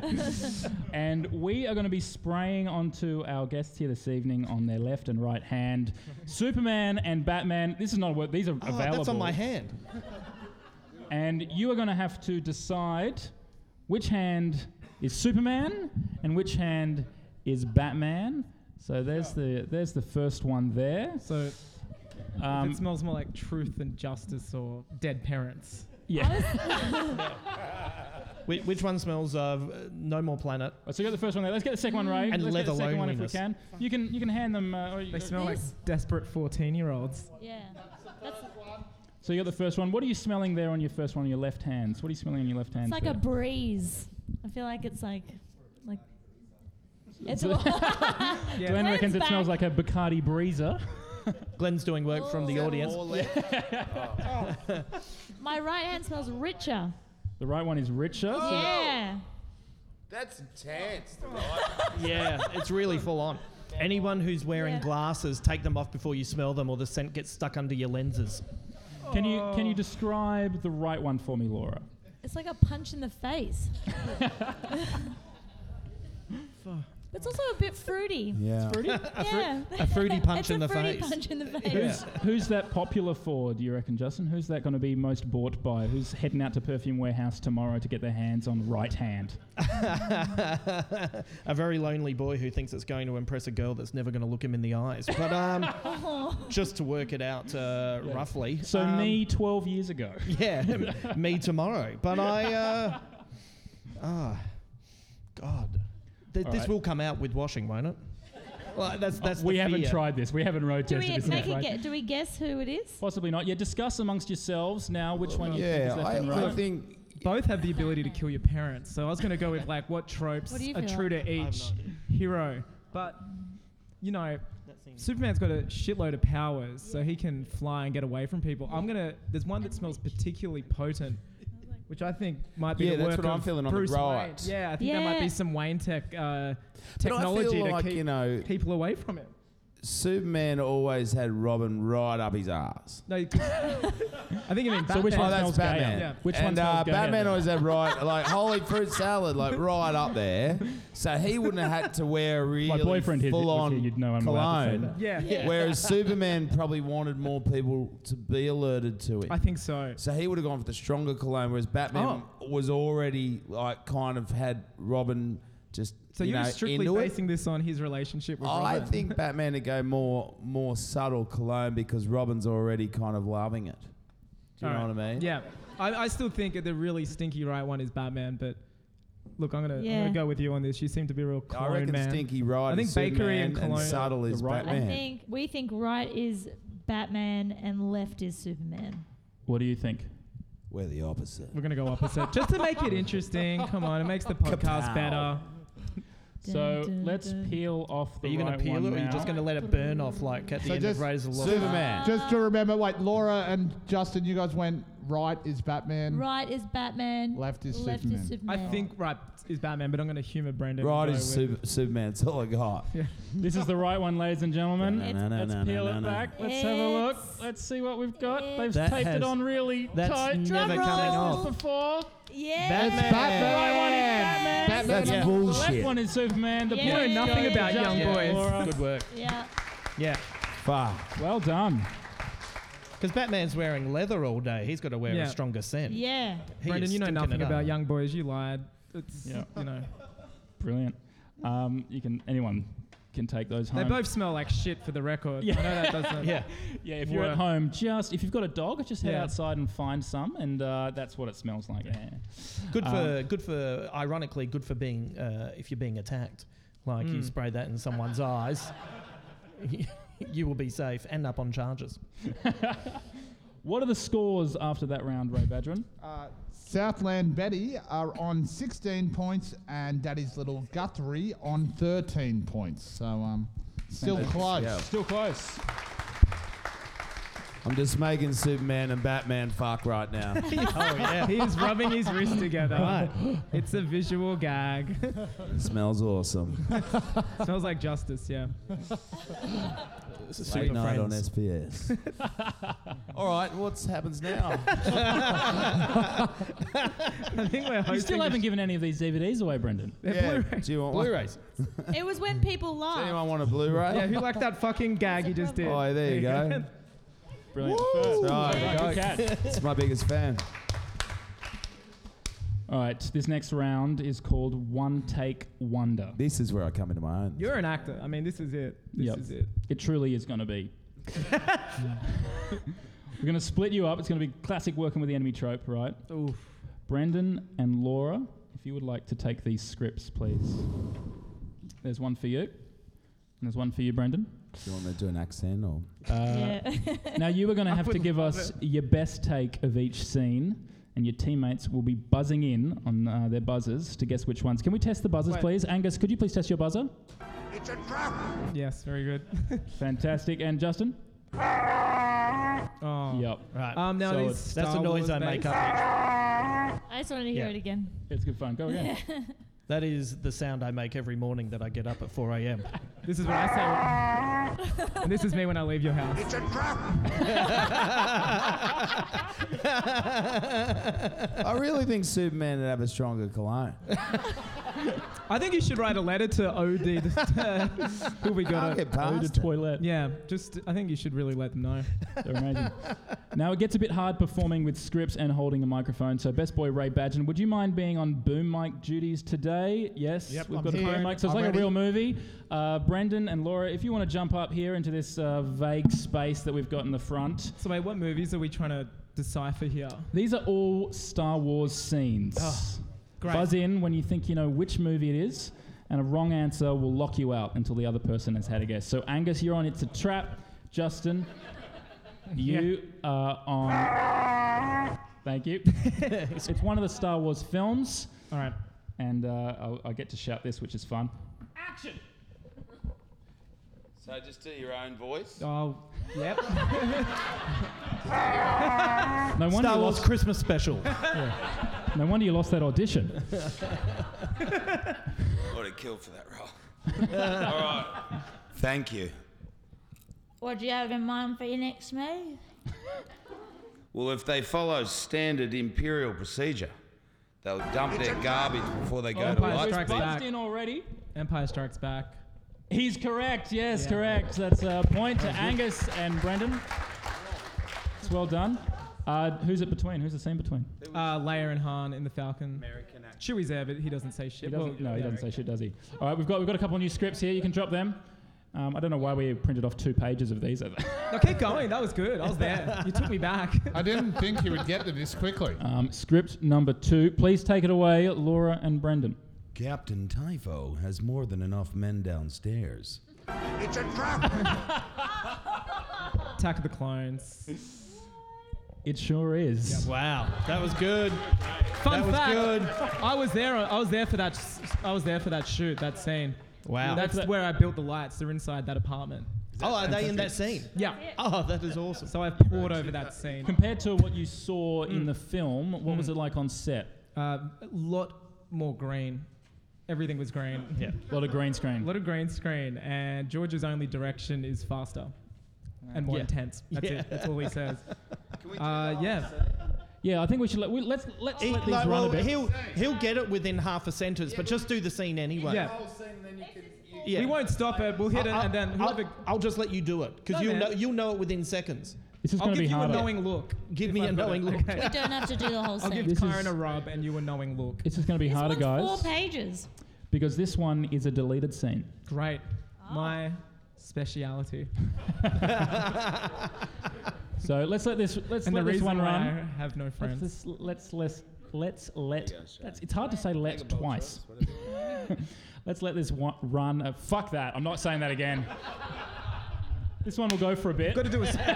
Speaker 1: and we are going to be spraying onto our guests here this evening on their left and right hand. Superman and Batman. This is not what these are
Speaker 4: Oh,
Speaker 1: available.
Speaker 4: that's on my hand.
Speaker 1: And you are going to have to decide which hand is Superman and which hand is Batman. So there's the there's the first one there.
Speaker 3: So
Speaker 1: Um,
Speaker 3: it smells more like truth than justice or dead parents.
Speaker 1: yeah.
Speaker 4: Which, which one smells of uh, No More Planet?
Speaker 1: Right, so you got the first one there. Let's get the second one, Ray.
Speaker 4: Mm.
Speaker 1: Let's
Speaker 4: And
Speaker 1: get the
Speaker 4: leather
Speaker 1: second one if we
Speaker 4: loneliness.
Speaker 1: can. You can you can hand them. Uh, or you-
Speaker 3: They smell like
Speaker 5: This-
Speaker 3: desperate 14 year olds.
Speaker 5: Oh, Yeah. That's,
Speaker 1: So you got the first one. What are you smelling there on your first one on your left hands? What are you smelling on your left
Speaker 5: it's
Speaker 1: hands?
Speaker 5: like a
Speaker 1: there?
Speaker 5: breeze. I feel like it's like, like. It's
Speaker 1: So- Glenn
Speaker 5: Glenn's
Speaker 1: reckons it
Speaker 5: back.
Speaker 1: smells like a Bacardi Breezer.
Speaker 4: Glenn's doing work from the audience.
Speaker 5: my right hand smells richer.
Speaker 1: The right one is richer.
Speaker 4: Oh.
Speaker 1: so-
Speaker 5: Yeah.
Speaker 6: That's intense.
Speaker 4: Yeah, it's really full on. Anyone who's wearing
Speaker 5: Yeah.
Speaker 4: glasses, take them off before you smell them, or the scent gets stuck under your lenses.
Speaker 1: Can you can you describe the right one for me, Laura?
Speaker 5: It's like a punch in the face. It's also a bit fruity.
Speaker 6: Yeah.
Speaker 5: yeah.
Speaker 4: A fruity punch
Speaker 5: it's
Speaker 4: in
Speaker 5: a
Speaker 4: the
Speaker 5: fruity
Speaker 4: face.
Speaker 5: punch in the face.
Speaker 1: Who's who's that popular for? Do you reckon, Justin? Who's that going to be most bought by? Who's heading out to Perfume Warehouse tomorrow to get their hands on Right Hand?
Speaker 4: a very lonely boy who thinks it's going to impress a girl that's never going to look him in the eyes. But um, just to work it out uh, roughly.
Speaker 1: So
Speaker 4: um,
Speaker 1: me, twelve years ago.
Speaker 4: Yeah, me tomorrow. But I. Uh, ah, God. Th-
Speaker 1: All
Speaker 4: this
Speaker 1: right.
Speaker 4: will come out with washing, won't it? Well, that's, that's the
Speaker 1: we haven't
Speaker 4: fear.
Speaker 1: tried this. We haven't road
Speaker 5: Do
Speaker 1: tested
Speaker 5: we
Speaker 1: this.
Speaker 5: make
Speaker 1: yet,
Speaker 5: it
Speaker 1: right?
Speaker 5: get, Do we guess who it is?
Speaker 1: Possibly not. Yeah, discuss amongst yourselves now which one you think
Speaker 6: Yeah,
Speaker 1: is left and
Speaker 6: I, I
Speaker 1: right.
Speaker 6: think
Speaker 3: Both have the ability to kill your parents. So I was going to go with like what tropes
Speaker 5: What do you
Speaker 3: are
Speaker 5: feel?
Speaker 3: true to each hero. But, you know, Superman's got a shitload of powers, so he can fly and get away from people. I'm going to. There's one that smells particularly potent. Which I think might be
Speaker 6: Yeah,
Speaker 3: the
Speaker 6: that's
Speaker 3: work
Speaker 6: what I'm
Speaker 3: of
Speaker 6: feeling on the
Speaker 3: Bruce
Speaker 6: right.
Speaker 3: Wayne. Yeah, I think there might
Speaker 5: Yeah.
Speaker 3: be some Wayne tech uh,
Speaker 6: but I
Speaker 3: technology
Speaker 6: feel
Speaker 3: to
Speaker 6: like,
Speaker 3: keep
Speaker 6: you know,
Speaker 3: people away from it.
Speaker 6: Superman always had Robin right up his ass.
Speaker 3: No, you can- I think you mean Batman.
Speaker 1: So which one
Speaker 6: oh, that's
Speaker 1: smells gayer?
Speaker 6: Batman.
Speaker 3: Yeah.
Speaker 1: Which
Speaker 6: and,
Speaker 1: one smells
Speaker 6: uh,
Speaker 1: gayer
Speaker 6: Batman
Speaker 1: then?
Speaker 6: always had right, like holy fruit salad, like right up there. So he wouldn't have had to wear a really
Speaker 1: My boyfriend here was
Speaker 6: full on
Speaker 1: here, you'd know I'm allowed to say
Speaker 6: cologne.
Speaker 1: that.
Speaker 3: Yeah,
Speaker 6: Whereas Superman probably wanted more people to be alerted to it.
Speaker 3: I think so.
Speaker 6: So he would have gone for the stronger cologne, whereas Batman
Speaker 3: Oh.
Speaker 6: was already like kind of had Robin just
Speaker 3: So
Speaker 6: you
Speaker 3: you're
Speaker 6: know
Speaker 3: strictly
Speaker 6: into it.
Speaker 3: basing this on his relationship with
Speaker 6: I
Speaker 3: Robin.
Speaker 6: think Batman would go more more subtle cologne because Robin's already kind of loving it. Do you know
Speaker 3: Alright.
Speaker 6: what I mean?
Speaker 3: Yeah, I, I still think that the really stinky right one is Batman, but look, I'm gonna, I'm
Speaker 5: Yeah.
Speaker 3: gonna go with you on this. You seem to be a real cologne
Speaker 6: I reckon
Speaker 3: man.
Speaker 6: Stinky Ride
Speaker 3: I think
Speaker 6: is
Speaker 3: bakery and
Speaker 6: Superman and,
Speaker 3: cologne are
Speaker 6: subtle is
Speaker 1: the right
Speaker 5: I
Speaker 6: Batman.
Speaker 5: think we think right is Batman and left is Superman.
Speaker 1: What do you think?
Speaker 6: We're the opposite.
Speaker 3: We're gonna go opposite just to make it interesting. Come on, it makes the podcast
Speaker 6: Kapow.
Speaker 3: better.
Speaker 1: So let's peel off
Speaker 4: Are
Speaker 1: the
Speaker 4: you going
Speaker 1: right
Speaker 4: to peel
Speaker 1: one
Speaker 4: it or are you
Speaker 1: now.
Speaker 4: just going to let it burn off like at the
Speaker 2: So
Speaker 4: end
Speaker 2: just
Speaker 4: of Raiders of the Lost Ark?
Speaker 6: Superman.
Speaker 2: Just to remember, wait, Laura and Justin, you guys went right is Batman.
Speaker 5: Right is Batman.
Speaker 2: Left is
Speaker 5: left
Speaker 2: Superman.
Speaker 3: I
Speaker 5: is Superman.
Speaker 3: think right is Batman, but I'm going to humor Brandon. and
Speaker 6: Right
Speaker 3: go
Speaker 6: is
Speaker 3: with-
Speaker 6: super, Superman. That's all I got.
Speaker 1: This is the right one, ladies and gentlemen.
Speaker 6: No, no, no,
Speaker 1: let's
Speaker 6: no, no,
Speaker 1: peel
Speaker 6: no,
Speaker 1: it
Speaker 6: no.
Speaker 1: back. Let's have a look.
Speaker 5: It's-
Speaker 1: Let's see what we've got.
Speaker 5: it's-
Speaker 1: They've
Speaker 4: That
Speaker 1: taped it
Speaker 4: has-
Speaker 1: on really
Speaker 4: that's
Speaker 1: tight.
Speaker 4: never
Speaker 1: Drum
Speaker 5: coming
Speaker 1: roll.
Speaker 5: off.
Speaker 1: Before.
Speaker 5: Yeah.
Speaker 2: It's Batman.
Speaker 1: Right one is Batman.
Speaker 2: Batman.
Speaker 6: That's
Speaker 1: Yeah. The left
Speaker 6: bullshit.
Speaker 1: one is Superman. The
Speaker 5: Yeah.
Speaker 1: point
Speaker 5: You know nothing
Speaker 1: goes
Speaker 5: about
Speaker 1: to
Speaker 3: young
Speaker 1: Justin
Speaker 3: boys.
Speaker 1: Laura.
Speaker 4: Good work.
Speaker 5: Yeah.
Speaker 4: Yeah.
Speaker 6: Fuck.
Speaker 1: Well done.
Speaker 4: Because Batman's wearing leather all day. He's got to wear
Speaker 3: Yeah.
Speaker 4: a stronger scent.
Speaker 5: Yeah.
Speaker 4: He
Speaker 3: Brandon,
Speaker 4: is
Speaker 3: you know
Speaker 4: stinking
Speaker 3: nothing
Speaker 4: it up.
Speaker 3: about young boys. You lied. It's,
Speaker 1: Yeah.
Speaker 3: you know,
Speaker 1: Brilliant. Um, you can anyone can take those
Speaker 3: they
Speaker 1: home.
Speaker 3: both smell like shit for the record.
Speaker 1: Yeah.
Speaker 3: I know that doesn't.
Speaker 4: Yeah.
Speaker 1: yeah, if you're at
Speaker 3: work.
Speaker 1: home, just if you've got a dog, just head
Speaker 3: Yeah.
Speaker 1: outside and find some, and uh, that's what it smells like. Yeah.
Speaker 4: Good for good for ironically good for being uh, if you're being attacked. Like you
Speaker 3: Mm.
Speaker 4: spray that in someone's eyes, you will be safe and up on charges.
Speaker 1: What are the scores after that round, Ray Badron?
Speaker 2: Uh, Southland Betty are on 16 points, and Daddy's Little Guthrie on 13 points. So um, still close.
Speaker 6: Yeah.
Speaker 1: Still close.
Speaker 6: I'm just making Superman and Batman fuck right now.
Speaker 3: Oh, yeah. he is rubbing his wrist together.
Speaker 4: Right.
Speaker 3: It's a visual gag.
Speaker 6: Smells awesome.
Speaker 3: Smells like justice, yeah.
Speaker 6: Late night on SBS. all right, what happens now?
Speaker 3: I think we're hosting.
Speaker 1: You still
Speaker 3: a-
Speaker 1: haven't given any of these DVDs away, Brendan.
Speaker 3: They're Blu-ray.
Speaker 6: Do you want one?
Speaker 4: Blu-rays.
Speaker 5: It was when people
Speaker 6: Does
Speaker 5: laugh.
Speaker 6: anyone want a Blu-ray?
Speaker 3: Yeah, who liked that fucking gag you just did?
Speaker 6: Oh, there you go.
Speaker 1: Brilliant.
Speaker 6: That's
Speaker 1: Right,
Speaker 6: right.
Speaker 1: good catch.
Speaker 6: It's my biggest fan.
Speaker 1: All right, this next round is called One Take Wonder.
Speaker 6: This is where I come into my own.
Speaker 3: You're an actor. I mean, this is it. This
Speaker 1: Yep.
Speaker 3: is it.
Speaker 1: It truly is going to be. We're going to split you up. It's going to be classic working with the enemy trope, right?
Speaker 3: Oof.
Speaker 1: Brendan and Laura, if you would like to take these scripts, please. There's one for you, and there's one for you, Brendan.
Speaker 6: Do you want me to do an accent or?
Speaker 1: Uh,
Speaker 5: yeah.
Speaker 1: Now you are going to have to
Speaker 3: would
Speaker 1: give
Speaker 3: love
Speaker 1: us your best take of each scene, and your teammates will be buzzing in on uh, their buzzers to guess which ones. Can we test the buzzers,
Speaker 3: Wait.
Speaker 1: please? Angus, could you please test your buzzer?
Speaker 3: Yes, very good.
Speaker 1: Fantastic. And Justin?
Speaker 3: Oh.
Speaker 1: Yep.
Speaker 4: Right.
Speaker 3: Um, now
Speaker 4: so
Speaker 3: these Star
Speaker 4: that's the noise
Speaker 3: Wars
Speaker 4: I make
Speaker 3: based-
Speaker 4: up.
Speaker 5: I just wanted to hear
Speaker 4: Yeah.
Speaker 5: it again.
Speaker 1: It's good fun. Go again.
Speaker 4: That is the sound I make every morning that I get up at 4 a.m.
Speaker 3: This is what I say. and this is me when I leave your house.
Speaker 6: I really think Superman would have a stronger cologne.
Speaker 3: I think you should write a letter to OD. who we
Speaker 6: I'll
Speaker 3: got? it.
Speaker 6: get past it.
Speaker 1: Toilet.
Speaker 3: Yeah, just I think you should really let them know.
Speaker 1: They're amazing. now it gets a bit hard performing with scripts and holding a microphone. So, best boy Ray Badgen, would you mind being on boom mic duties today? Yes,
Speaker 2: Yep,
Speaker 1: we've
Speaker 2: I'm
Speaker 1: got a boom
Speaker 2: here.
Speaker 1: mic, so it's
Speaker 2: I'm
Speaker 1: like
Speaker 2: ready.
Speaker 1: a real movie. Uh, Brendan and Laura, if you want to jump up here into this uh, vague space that we've got in the front,
Speaker 3: So wait, what movies are we trying to decipher here?
Speaker 1: these are all Star Wars scenes.
Speaker 3: Ah, great.
Speaker 1: Buzz in when you think you know which movie it is, and a wrong answer will lock you out until the other person has had a guess. So, Angus, you're on It's a Trap. Justin, you are on. Thank you. it's one of the Star Wars films,
Speaker 3: All right.
Speaker 1: and uh, I'll, I get to shout this, which is fun.
Speaker 6: So just do your own voice.
Speaker 3: Oh, yep.
Speaker 1: No wonder,
Speaker 4: Star
Speaker 1: you
Speaker 4: Wars
Speaker 1: lost,
Speaker 4: Christmas special.
Speaker 1: no wonder you lost that audition.
Speaker 6: What a kill for that role. all right. Thank you.
Speaker 5: What do you have in mind for your next move?
Speaker 6: Well, if they follow standard imperial procedure, they'll dump their garbage before they go to
Speaker 3: Empire
Speaker 6: light.
Speaker 1: We've
Speaker 3: Strikes
Speaker 1: buzzed
Speaker 3: Back.
Speaker 1: in already.
Speaker 3: Empire Strikes Back.
Speaker 1: He's correct. Yes,
Speaker 3: Yeah.
Speaker 1: correct. That's a point to Angus and Brendan. It's well done. Uh, who's it between? Who's the scene between?
Speaker 3: Uh, Leia and Han in the Falcon. American action. Chewie's there, but he doesn't say
Speaker 1: He
Speaker 3: shit.
Speaker 1: doesn't,
Speaker 3: Well,
Speaker 1: no, he
Speaker 3: yeah.
Speaker 1: doesn't say shit, does he? All right, we've got we've got a couple of new scripts here. You can drop them. Um, I don't know why we printed off two pages of these.
Speaker 3: No, keep going. That was good. I was there. You took me back.
Speaker 2: I didn't think you would get to this quickly.
Speaker 1: um, script number two. Please take it away, Laura and Brendan.
Speaker 8: Captain Typho has more than enough men downstairs.
Speaker 3: Attack of the Clones.
Speaker 1: It sure is.
Speaker 4: Wow, that was good.
Speaker 3: Fun
Speaker 4: That was
Speaker 3: fact:
Speaker 4: good.
Speaker 3: I was there. I was there for that. s- I was there for that shoot. That scene.
Speaker 4: Wow.
Speaker 3: That's
Speaker 1: That's it.
Speaker 3: where I built the lights. They're inside that apartment.
Speaker 4: oh, are they in that scene?
Speaker 3: Yeah.
Speaker 4: Oh, that is awesome.
Speaker 3: So I poured over that scene.
Speaker 1: Compared to what you saw
Speaker 3: Hmm.
Speaker 1: in the film, what was it like on set?
Speaker 3: Uh, a lot more green. Everything was green.
Speaker 4: Yeah.
Speaker 1: A lot of green
Speaker 3: A
Speaker 1: screen.
Speaker 3: lot of green screen, and George's only direction is faster and more
Speaker 4: Yeah.
Speaker 3: intense. That's
Speaker 4: Yeah.
Speaker 3: it. That's all he says. Uh, yeah.
Speaker 1: Yeah, I think we should let we, let's let's
Speaker 4: He,
Speaker 1: let these
Speaker 4: like,
Speaker 1: run
Speaker 4: well,
Speaker 1: a bit.
Speaker 4: he'll he'll get it within half a sentence, but just do the scene anyway.
Speaker 3: Yeah.
Speaker 4: Yeah.
Speaker 3: We won't stop it. We'll hit it,
Speaker 4: I'll,
Speaker 3: and then
Speaker 4: I'll,
Speaker 3: whoever.
Speaker 4: I'll just let you do it because
Speaker 3: No,
Speaker 4: you'll
Speaker 3: man.
Speaker 4: know you'll know it within seconds.
Speaker 1: this is
Speaker 3: I'll
Speaker 1: going to
Speaker 3: give
Speaker 1: be
Speaker 3: you a
Speaker 1: harder.
Speaker 3: knowing look.
Speaker 4: Give
Speaker 3: if
Speaker 4: me
Speaker 3: I
Speaker 4: a
Speaker 3: put
Speaker 4: knowing
Speaker 3: it-
Speaker 4: look.
Speaker 3: okay.
Speaker 5: We don't have to do the whole
Speaker 3: I'll give
Speaker 5: scene.
Speaker 1: This
Speaker 3: Kyron
Speaker 1: is-
Speaker 3: a rub, and you a knowing look.
Speaker 1: This is going to be
Speaker 5: This
Speaker 1: harder,
Speaker 5: one's
Speaker 1: guys.
Speaker 5: four pages.
Speaker 1: because this one is a deleted scene.
Speaker 3: Great.
Speaker 4: Oh.
Speaker 3: My speciality.
Speaker 1: So let's let this let's
Speaker 3: And the
Speaker 1: let this
Speaker 3: reason
Speaker 1: one
Speaker 3: why
Speaker 1: run.
Speaker 3: I have no
Speaker 1: Let's,
Speaker 3: friends.
Speaker 1: this- let's let's let's let that's, it's hard to say let twice. let's let this one run. Uh, fuck that! I'm not saying that again. this one will go for a bit.
Speaker 3: Got to do a. Sp-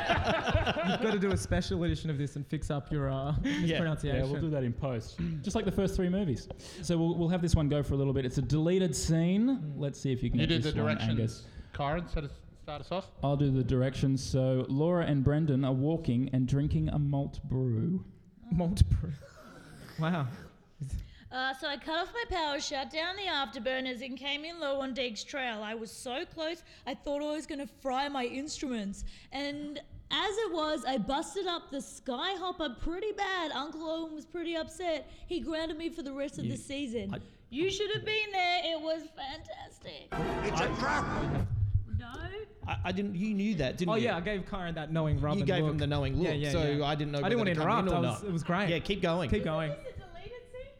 Speaker 3: you've got to do a special edition of this and fix up your uh, mispronunciation.
Speaker 1: Yeah, we'll do that in post. Just like the first three movies. So we'll, we'll have this one go for a little bit. It's a deleted scene. Let's see if you can
Speaker 9: You
Speaker 1: get
Speaker 9: do the
Speaker 1: this one, Angus.
Speaker 9: directions. Kyron, set us, start us off.
Speaker 1: I'll do the directions. So Laura and Brendan are walking and drinking a malt brew.
Speaker 3: Multiple. wow.
Speaker 5: Uh, so I cut off my power, shut down the afterburners, and came in low on Deke's trail. I was so close, I thought I was going to fry my instruments. And as it was, I busted up the skyhopper pretty bad. Uncle Owen was pretty upset. He grounded me for the rest of the season. you should have been there. It was fantastic. No.
Speaker 4: I, I didn't. You knew that, didn't
Speaker 3: Oh
Speaker 4: you?
Speaker 3: yeah, I gave Kyron that knowing rub.
Speaker 4: You
Speaker 3: and
Speaker 4: gave
Speaker 3: look.
Speaker 4: him the knowing look,
Speaker 3: Yeah, yeah,
Speaker 4: so
Speaker 3: yeah.
Speaker 4: I didn't know.
Speaker 3: I didn't
Speaker 4: whether
Speaker 3: want to
Speaker 4: come
Speaker 3: interrupt.
Speaker 4: in
Speaker 3: I
Speaker 4: or
Speaker 3: was,
Speaker 4: not.
Speaker 3: it was great.
Speaker 4: Yeah, keep going.
Speaker 3: Keep going.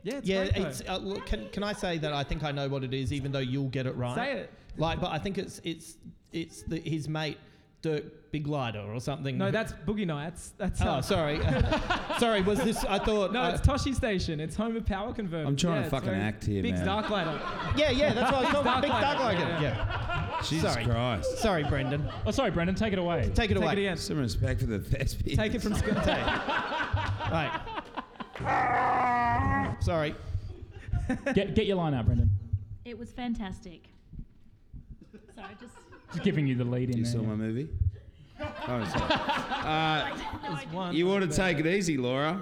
Speaker 3: Yeah, it's
Speaker 4: yeah,
Speaker 3: great, though.
Speaker 4: it's, uh, look, can can I say that I think I know what it is, even though you'll get it right.
Speaker 3: Say it.
Speaker 4: Like, but I think it's it's it's the, his mate Dirk Big Lighter or something.
Speaker 3: No, that's Boogie Nights. That's
Speaker 4: Mm-hmm. Oh,
Speaker 3: uh,
Speaker 4: sorry. sorry, was this? I thought. uh,
Speaker 3: No,
Speaker 4: I-
Speaker 3: it's Toshi Station. It's Home of Power Converter.
Speaker 6: I'm trying to
Speaker 3: it's
Speaker 6: fucking
Speaker 3: very-
Speaker 6: act here,
Speaker 3: Big's
Speaker 6: man.
Speaker 3: Dark Lighter.
Speaker 4: yeah, yeah, that's what I thought.
Speaker 3: Dark
Speaker 4: Big
Speaker 3: Lighter,
Speaker 4: Dark Lighter.
Speaker 3: yeah,
Speaker 4: Yeah,
Speaker 6: Jesus
Speaker 4: Sorry.
Speaker 6: Christ.
Speaker 4: Sorry, Brendan.
Speaker 1: Oh, sorry, Brendan, take it away.
Speaker 4: Take it
Speaker 3: Take
Speaker 4: away.
Speaker 3: it again.
Speaker 6: Some respect for the thespian.
Speaker 3: Take it from Sky.
Speaker 4: Right. sorry.
Speaker 1: Get, get your line out, Brendan.
Speaker 5: It was fantastic. Sorry, just.
Speaker 1: Just giving you the lead in
Speaker 6: You
Speaker 1: there.
Speaker 6: saw my movie? Oh, sorry.
Speaker 5: No, I didn't.
Speaker 6: You want to take it easy, Laura.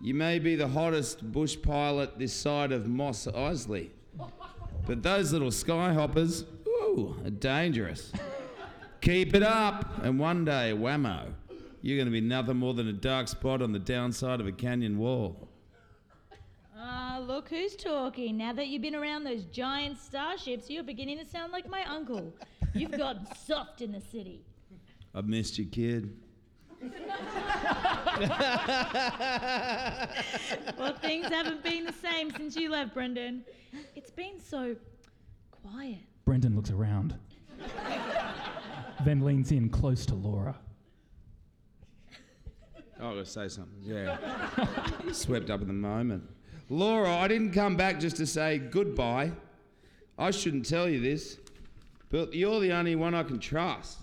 Speaker 6: You may be the hottest bush pilot this side of Moss Isley, but those little skyhoppers, ooh, are dangerous. Keep it up, and one day, whammo, you're going to be nothing more than a dark spot on the downside of a canyon wall.
Speaker 5: Ah, look who's talking. Now that you've been around those giant starships, you're beginning to sound like my uncle. You've gotten soft in the city.
Speaker 6: I've missed you, kid.
Speaker 5: Well, things haven't been the same since you left, Brendan. It's been so quiet.
Speaker 1: Brendan looks around, then leans in close to Laura.
Speaker 6: Oh, I gotta say something. Yeah. Swept up in the moment. Laura, I didn't come back just to say goodbye. I shouldn't tell you this, but you're the only one I can trust.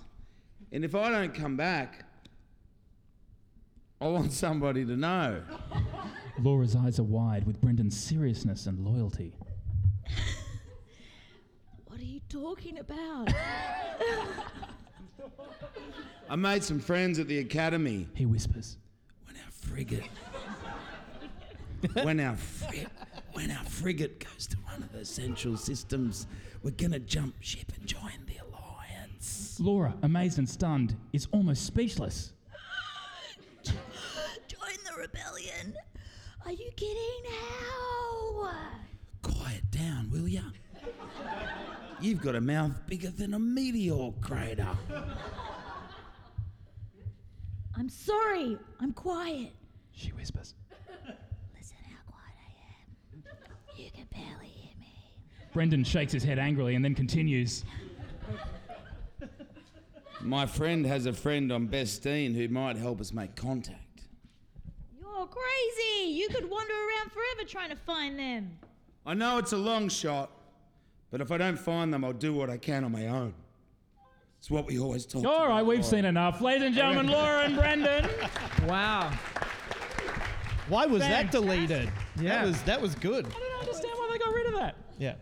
Speaker 6: And if I don't come back, I want somebody to know.
Speaker 1: Laura's eyes are wide with Brendan's seriousness and loyalty.
Speaker 5: What are you talking about?
Speaker 6: I made some friends at the academy.
Speaker 1: He whispers.
Speaker 6: When our frigate. when our fri- when our frigate goes to one of the central systems, we're gonna jump ship and join the alliance.
Speaker 1: Laura, amazed and stunned, is almost speechless.
Speaker 5: Join the rebellion. Are you kidding? How?
Speaker 6: Quiet down, will ya? You've got a mouth bigger than a meteor crater.
Speaker 5: I'm sorry. I'm quiet.
Speaker 1: She whispers.
Speaker 5: Listen how quiet I am. You can barely hear me.
Speaker 1: Brendan shakes his head angrily and then continues.
Speaker 6: My friend has a friend on Bestine who might help us make contact.
Speaker 5: You're crazy. You could wander around forever trying to find them.
Speaker 6: I know it's a long shot, but if I don't find them, I'll do what I can on my own.
Speaker 8: It's what we always talk
Speaker 1: All right, we've seen enough. Ladies and gentlemen, Laura and Brendan.
Speaker 3: Wow.
Speaker 4: Why was that deleted?
Speaker 3: Yeah.
Speaker 4: That was that was good.
Speaker 1: I don't understand why they got rid of that.
Speaker 4: Yeah.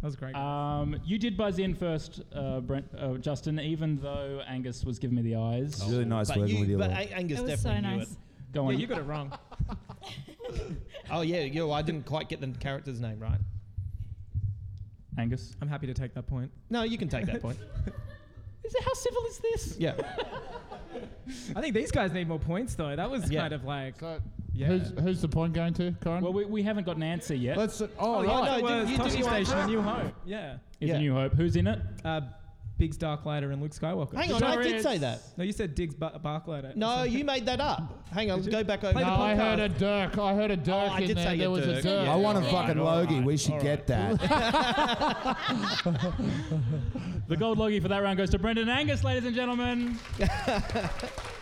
Speaker 3: That was
Speaker 6: Uh,
Speaker 3: great.
Speaker 1: Um, you did buzz in first, uh, Brent, uh, Justin, even though Angus was giving me the eyes.
Speaker 6: Really nice
Speaker 4: But,
Speaker 6: working
Speaker 4: you,
Speaker 6: with you.
Speaker 4: but
Speaker 6: Laura.
Speaker 4: A- Angus
Speaker 5: It was so
Speaker 4: definitely knew
Speaker 5: nice.
Speaker 4: it.
Speaker 1: Go on.
Speaker 3: yeah, you got it wrong.
Speaker 4: Oh yeah, yo, I didn't quite get the character's name right.
Speaker 1: Angus.
Speaker 3: I'm happy to take that point.
Speaker 4: No, you can take that point.
Speaker 1: Is it, how civil is this?
Speaker 4: Yeah.
Speaker 3: I think these guys need more points though. That was
Speaker 4: Yeah.
Speaker 3: kind of like
Speaker 2: So,
Speaker 3: Yeah.
Speaker 2: who's, who's the point going to, Corin?
Speaker 1: Well, we, we haven't got an answer yet.
Speaker 2: Let's. Oh, right.
Speaker 4: no,
Speaker 3: It
Speaker 4: you-
Speaker 3: was
Speaker 4: you do
Speaker 3: Toshi
Speaker 4: your own
Speaker 3: Station,
Speaker 4: part.
Speaker 3: New Hope. Yeah.
Speaker 1: Is
Speaker 4: yeah.
Speaker 1: a New Hope. Who's in it?
Speaker 3: Uh, Biggs Darklighter and Luke Skywalker.
Speaker 4: Hang on, I did say that.
Speaker 3: No, you said Diggs ba- Barklighter.
Speaker 4: No, you made that up. Hang on, go back over.
Speaker 3: Play the
Speaker 2: No,
Speaker 3: podcast.
Speaker 2: I heard a Dirk. I heard a Dirk
Speaker 4: Oh, I
Speaker 2: in
Speaker 4: did
Speaker 2: there.
Speaker 4: say a
Speaker 2: there was a
Speaker 4: Dirk,
Speaker 2: Dirk.
Speaker 4: yeah.
Speaker 6: I want a
Speaker 5: Yeah.
Speaker 6: fucking
Speaker 7: Alright,
Speaker 6: Logie. We should get that.
Speaker 1: The gold logie for that round goes to Brendan Angus, ladies and gentlemen.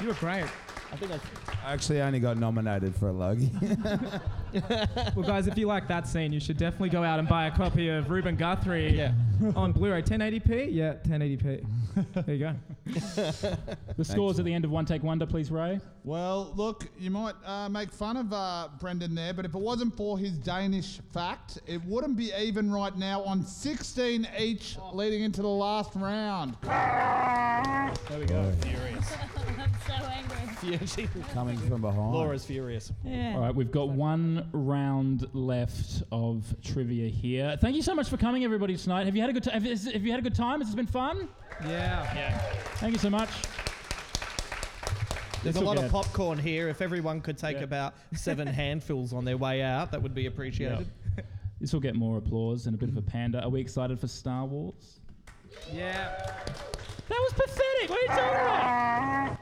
Speaker 3: You were great.
Speaker 4: I think I
Speaker 6: I actually only got nominated for a Logie.
Speaker 3: Well, guys, if you like that scene, you should definitely go out and buy a copy of Ruben Guthrie
Speaker 4: Yeah.
Speaker 3: on Blu-ray. 1080p? Yeah, 1080p. There you go.
Speaker 1: The scores at the end of One Take Wonder, please, Ray.
Speaker 2: Well, look, you might uh, make fun of uh, Brendan there, but if it wasn't for his Danish fact, it wouldn't be even right now on 16 each leading into the last round.
Speaker 5: I'm so angry.
Speaker 6: Coming from behind.
Speaker 4: Laura's furious.
Speaker 5: Yeah.
Speaker 1: All right, we've got one round left of trivia here. Thank you so much for coming, everybody, tonight. Have you had a good time? Have, has- have you had a good time? Has this been fun?
Speaker 3: Yeah.
Speaker 1: Thank you so much.
Speaker 4: There's a
Speaker 1: This'll
Speaker 4: lot
Speaker 1: get-
Speaker 4: of popcorn here. If everyone could take
Speaker 1: Yeah.
Speaker 4: about seven handfuls on their way out, that would be appreciated.
Speaker 1: This will get more applause and a bit of a panda. Are we excited for Star Wars?
Speaker 3: Yeah.
Speaker 1: That was pathetic. What are you talking about?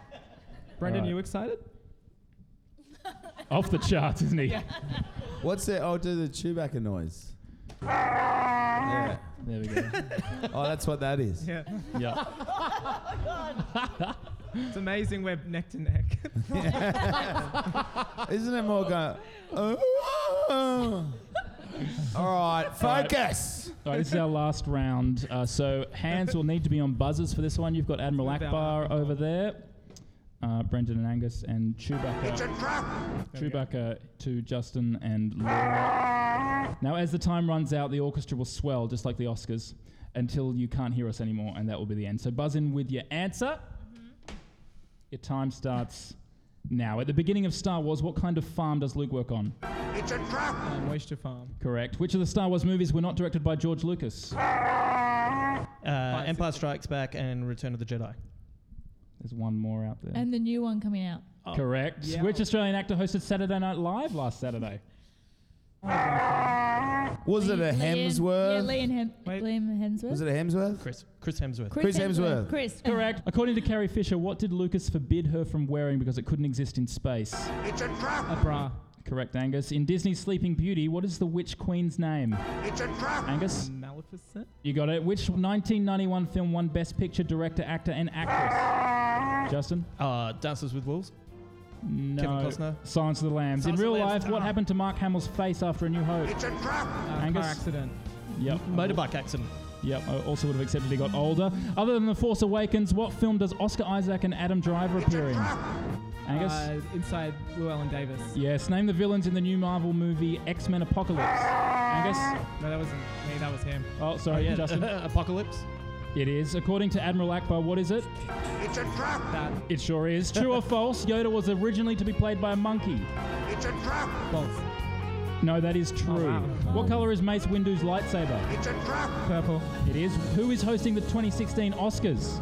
Speaker 3: Brendan,
Speaker 1: Right.
Speaker 3: you excited?
Speaker 1: Off the charts, isn't he?
Speaker 6: What's that? Oh, do the Chewbacca noise. Yeah.
Speaker 1: There we go.
Speaker 6: Oh, that's what that is.
Speaker 3: Yeah.
Speaker 1: yeah.
Speaker 3: It's amazing we're neck to neck.
Speaker 6: Isn't it more going? Oh. All right, focus.
Speaker 1: All right, this is our last round. Uh, so hands will need to be on buzzers for this one. You've got Admiral
Speaker 3: Without
Speaker 1: Akbar over there, uh, Brendan and Angus, and Chewbacca. Chewbacca to Justin and Laura. Now, as the time runs out, the orchestra will swell just like the Oscars until you can't hear us anymore, and that will be the end. So buzz in with your answer. Your time starts now. At the beginning of Star Wars, what kind of farm does Luke work on?
Speaker 3: Uh, Moisture Farm.
Speaker 1: Correct. Which of the Star Wars movies were not directed by George Lucas?
Speaker 4: Uh, Empire Strikes Back and Return of the Jedi.
Speaker 1: There's one more out there.
Speaker 5: And the new one coming out.
Speaker 1: Correct.
Speaker 3: Yeah.
Speaker 1: Which Australian actor hosted Saturday Night Live last Saturday?
Speaker 6: Was it a
Speaker 5: Yeah,
Speaker 6: Hemsworth?
Speaker 5: Liam, Hem-
Speaker 3: Wait.
Speaker 5: Liam Hemsworth.
Speaker 6: Was it a Hemsworth?
Speaker 4: Chris, Chris Hemsworth.
Speaker 6: Chris Hemsworth. Hemsworth.
Speaker 5: Chris.
Speaker 1: Correct. According to Carrie Fisher, what did Lucas forbid her from wearing because it couldn't exist in space?
Speaker 3: A bra.
Speaker 1: Correct, Angus. In Disney's Sleeping Beauty, what is the witch queen's name? Angus,
Speaker 3: Maleficent.
Speaker 1: you got it. Which 1991 film won Best Picture, Director, Actor, and Actress? Justin?
Speaker 4: Uh, Dances with Wolves.
Speaker 1: No.
Speaker 4: Costner?
Speaker 1: Silence of the Lambs.
Speaker 4: Silence
Speaker 1: in
Speaker 4: of
Speaker 1: real
Speaker 4: the Lambs.
Speaker 1: life, what
Speaker 4: Ah.
Speaker 1: happened to Mark Hamill's face after A New Hope?
Speaker 3: Uh,
Speaker 1: Angus?
Speaker 3: Car accident.
Speaker 1: Yep.
Speaker 4: Motorbike accident.
Speaker 1: Yep, I also would have accepted he got older. Other than The Force Awakens, what film does Oscar Isaac and Adam Driver appear in? Angus?
Speaker 3: Uh, inside Llewellyn Davis.
Speaker 1: yes, name the villains in the new Marvel movie X Men Apocalypse. Angus?
Speaker 3: No, that wasn't me. That was him.
Speaker 1: Oh, sorry, Justin.
Speaker 4: Apocalypse.
Speaker 1: it is. According to Admiral Akbar, what is it?
Speaker 3: That
Speaker 1: It sure is. True or false, Yoda was originally to be played by a monkey.
Speaker 3: false.
Speaker 1: No, that is true.
Speaker 3: Oh, wow.
Speaker 1: What color is Mace Windu's lightsaber?
Speaker 3: Purple.
Speaker 1: It is. Who is hosting the 2016 Oscars?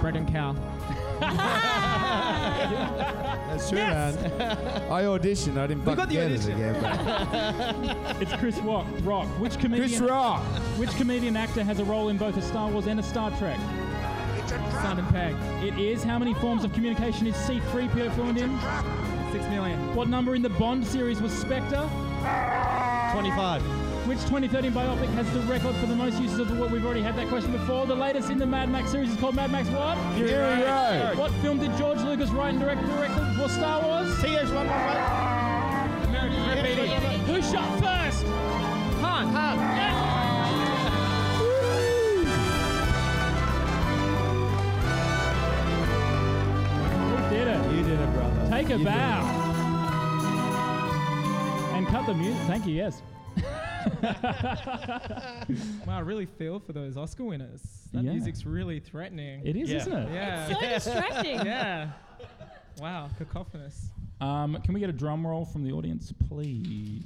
Speaker 3: Brendan Cow.
Speaker 6: That's true, man. I auditioned. I didn't fucking
Speaker 3: got the
Speaker 6: get it
Speaker 3: audition.
Speaker 6: again. but-
Speaker 1: It's Chris Rock. Rock. Which comedian?
Speaker 6: Chris Rock.
Speaker 1: Which comedian actor has a role in both a Star Wars and a Star Trek?
Speaker 3: Simon Pegg.
Speaker 1: It is. How many forms of communication is C3PO fluent in?
Speaker 3: Six million.
Speaker 1: What number in the Bond series was Spectre?
Speaker 4: 25.
Speaker 1: Which 2013 biopic has the record for the most uses of the word? We've already had that question before. The latest in the Mad Max series is called Mad Max what?
Speaker 6: Here we go.
Speaker 1: What film did George Lucas write and direct directly before Star Wars?
Speaker 4: TH111.
Speaker 1: American Graffiti. Who shot first?
Speaker 3: Han.
Speaker 1: Yes. Take a
Speaker 6: You
Speaker 1: bow. And cut the music. Thank you, yes.
Speaker 3: Wow, I really feel for those Oscar winners. That
Speaker 1: Yeah.
Speaker 3: music's really threatening.
Speaker 1: It is,
Speaker 4: Yeah.
Speaker 1: isn't it?
Speaker 3: yeah.
Speaker 5: So distracting.
Speaker 3: yeah. Wow, cacophonous.
Speaker 1: Um, can we get a drum roll from the audience, please?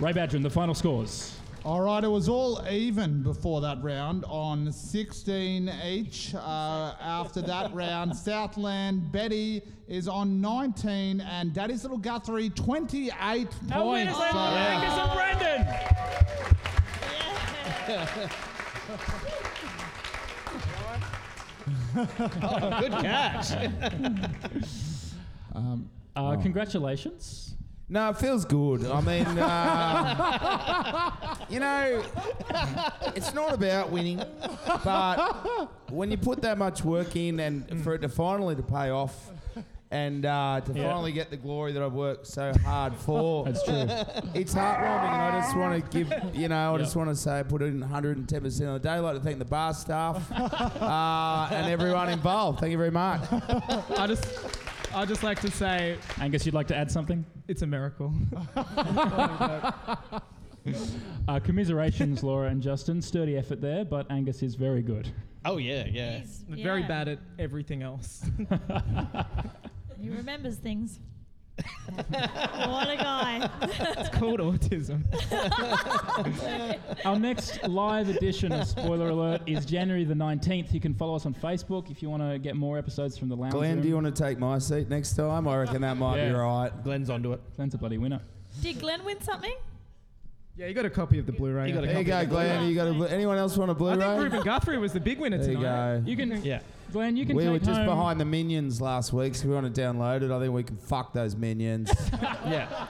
Speaker 1: Ray Badrin, the final scores.
Speaker 2: All right, it was all even before that round on 16 each. Uh, after that round, Southland Betty is on 19 and Daddy's Little Guthrie 28
Speaker 1: Oh,
Speaker 2: points. So-
Speaker 1: Brandon.
Speaker 4: Good catch.
Speaker 1: Uh,
Speaker 6: Oh.
Speaker 1: Congratulations.
Speaker 6: No, it feels good. I mean, uh, you know, it's not about winning, but when you put that much work in and for it to finally to pay off and uh, to
Speaker 1: Yeah.
Speaker 6: finally get the glory that I've worked so hard for,
Speaker 1: That's true.
Speaker 6: it's heartwarming. And I just want to give, you know, I
Speaker 1: Yeah.
Speaker 6: just want to say I put in 110% of the day. I'd like to thank the bar staff uh, and everyone involved. Thank you very much.
Speaker 3: I just, I just like to say
Speaker 1: Angus, you'd like to add something?
Speaker 3: it's a miracle.
Speaker 1: Uh, commiserations, Laura and Justin. Sturdy effort there, but Angus is very good.
Speaker 4: oh yeah, yeah.
Speaker 5: He's-
Speaker 3: I'm Very
Speaker 5: yeah.
Speaker 3: bad at everything else.
Speaker 5: He remembers things. what a guy.
Speaker 3: It's called autism.
Speaker 1: Our next live edition of Spoiler Alert is January the 19th. You can follow us on Facebook if you want to get more episodes from the lounge.
Speaker 6: Glenn,
Speaker 1: room.
Speaker 6: do you want to take my seat next time? I reckon that might
Speaker 1: Yeah.
Speaker 6: be right.
Speaker 4: Glenn's onto it.
Speaker 1: Glenn's a bloody winner.
Speaker 5: Did Glenn win something?
Speaker 3: Yeah, you got a copy of the Blu-ray.
Speaker 4: You got a
Speaker 3: I
Speaker 6: There you
Speaker 3: think.
Speaker 6: go, Glenn. You got a, blu- anyone else want a Blu-ray?
Speaker 3: I think Ruben Guthrie was the big winner
Speaker 6: there you
Speaker 3: tonight.
Speaker 6: go.
Speaker 1: You can,
Speaker 4: Yeah.
Speaker 1: Glenn, you can
Speaker 6: we
Speaker 1: take
Speaker 6: were just
Speaker 1: home-
Speaker 6: behind the minions last week, so if we want to download it. I think we can fuck those minions.
Speaker 4: Yeah.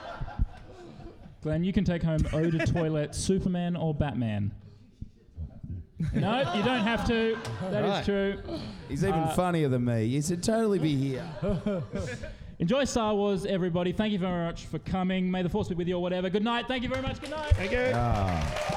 Speaker 1: Glenn, you can take home Ode to Toilet, Superman or Batman. No, you don't have to. That is
Speaker 4: Right.
Speaker 1: true.
Speaker 6: He's even funnier than me. He should totally be here.
Speaker 1: Enjoy Star Wars, everybody. Thank you very much for coming. May the force be with you or whatever. Good night. Thank you very much. Good night.
Speaker 4: Thank you.
Speaker 6: Ah.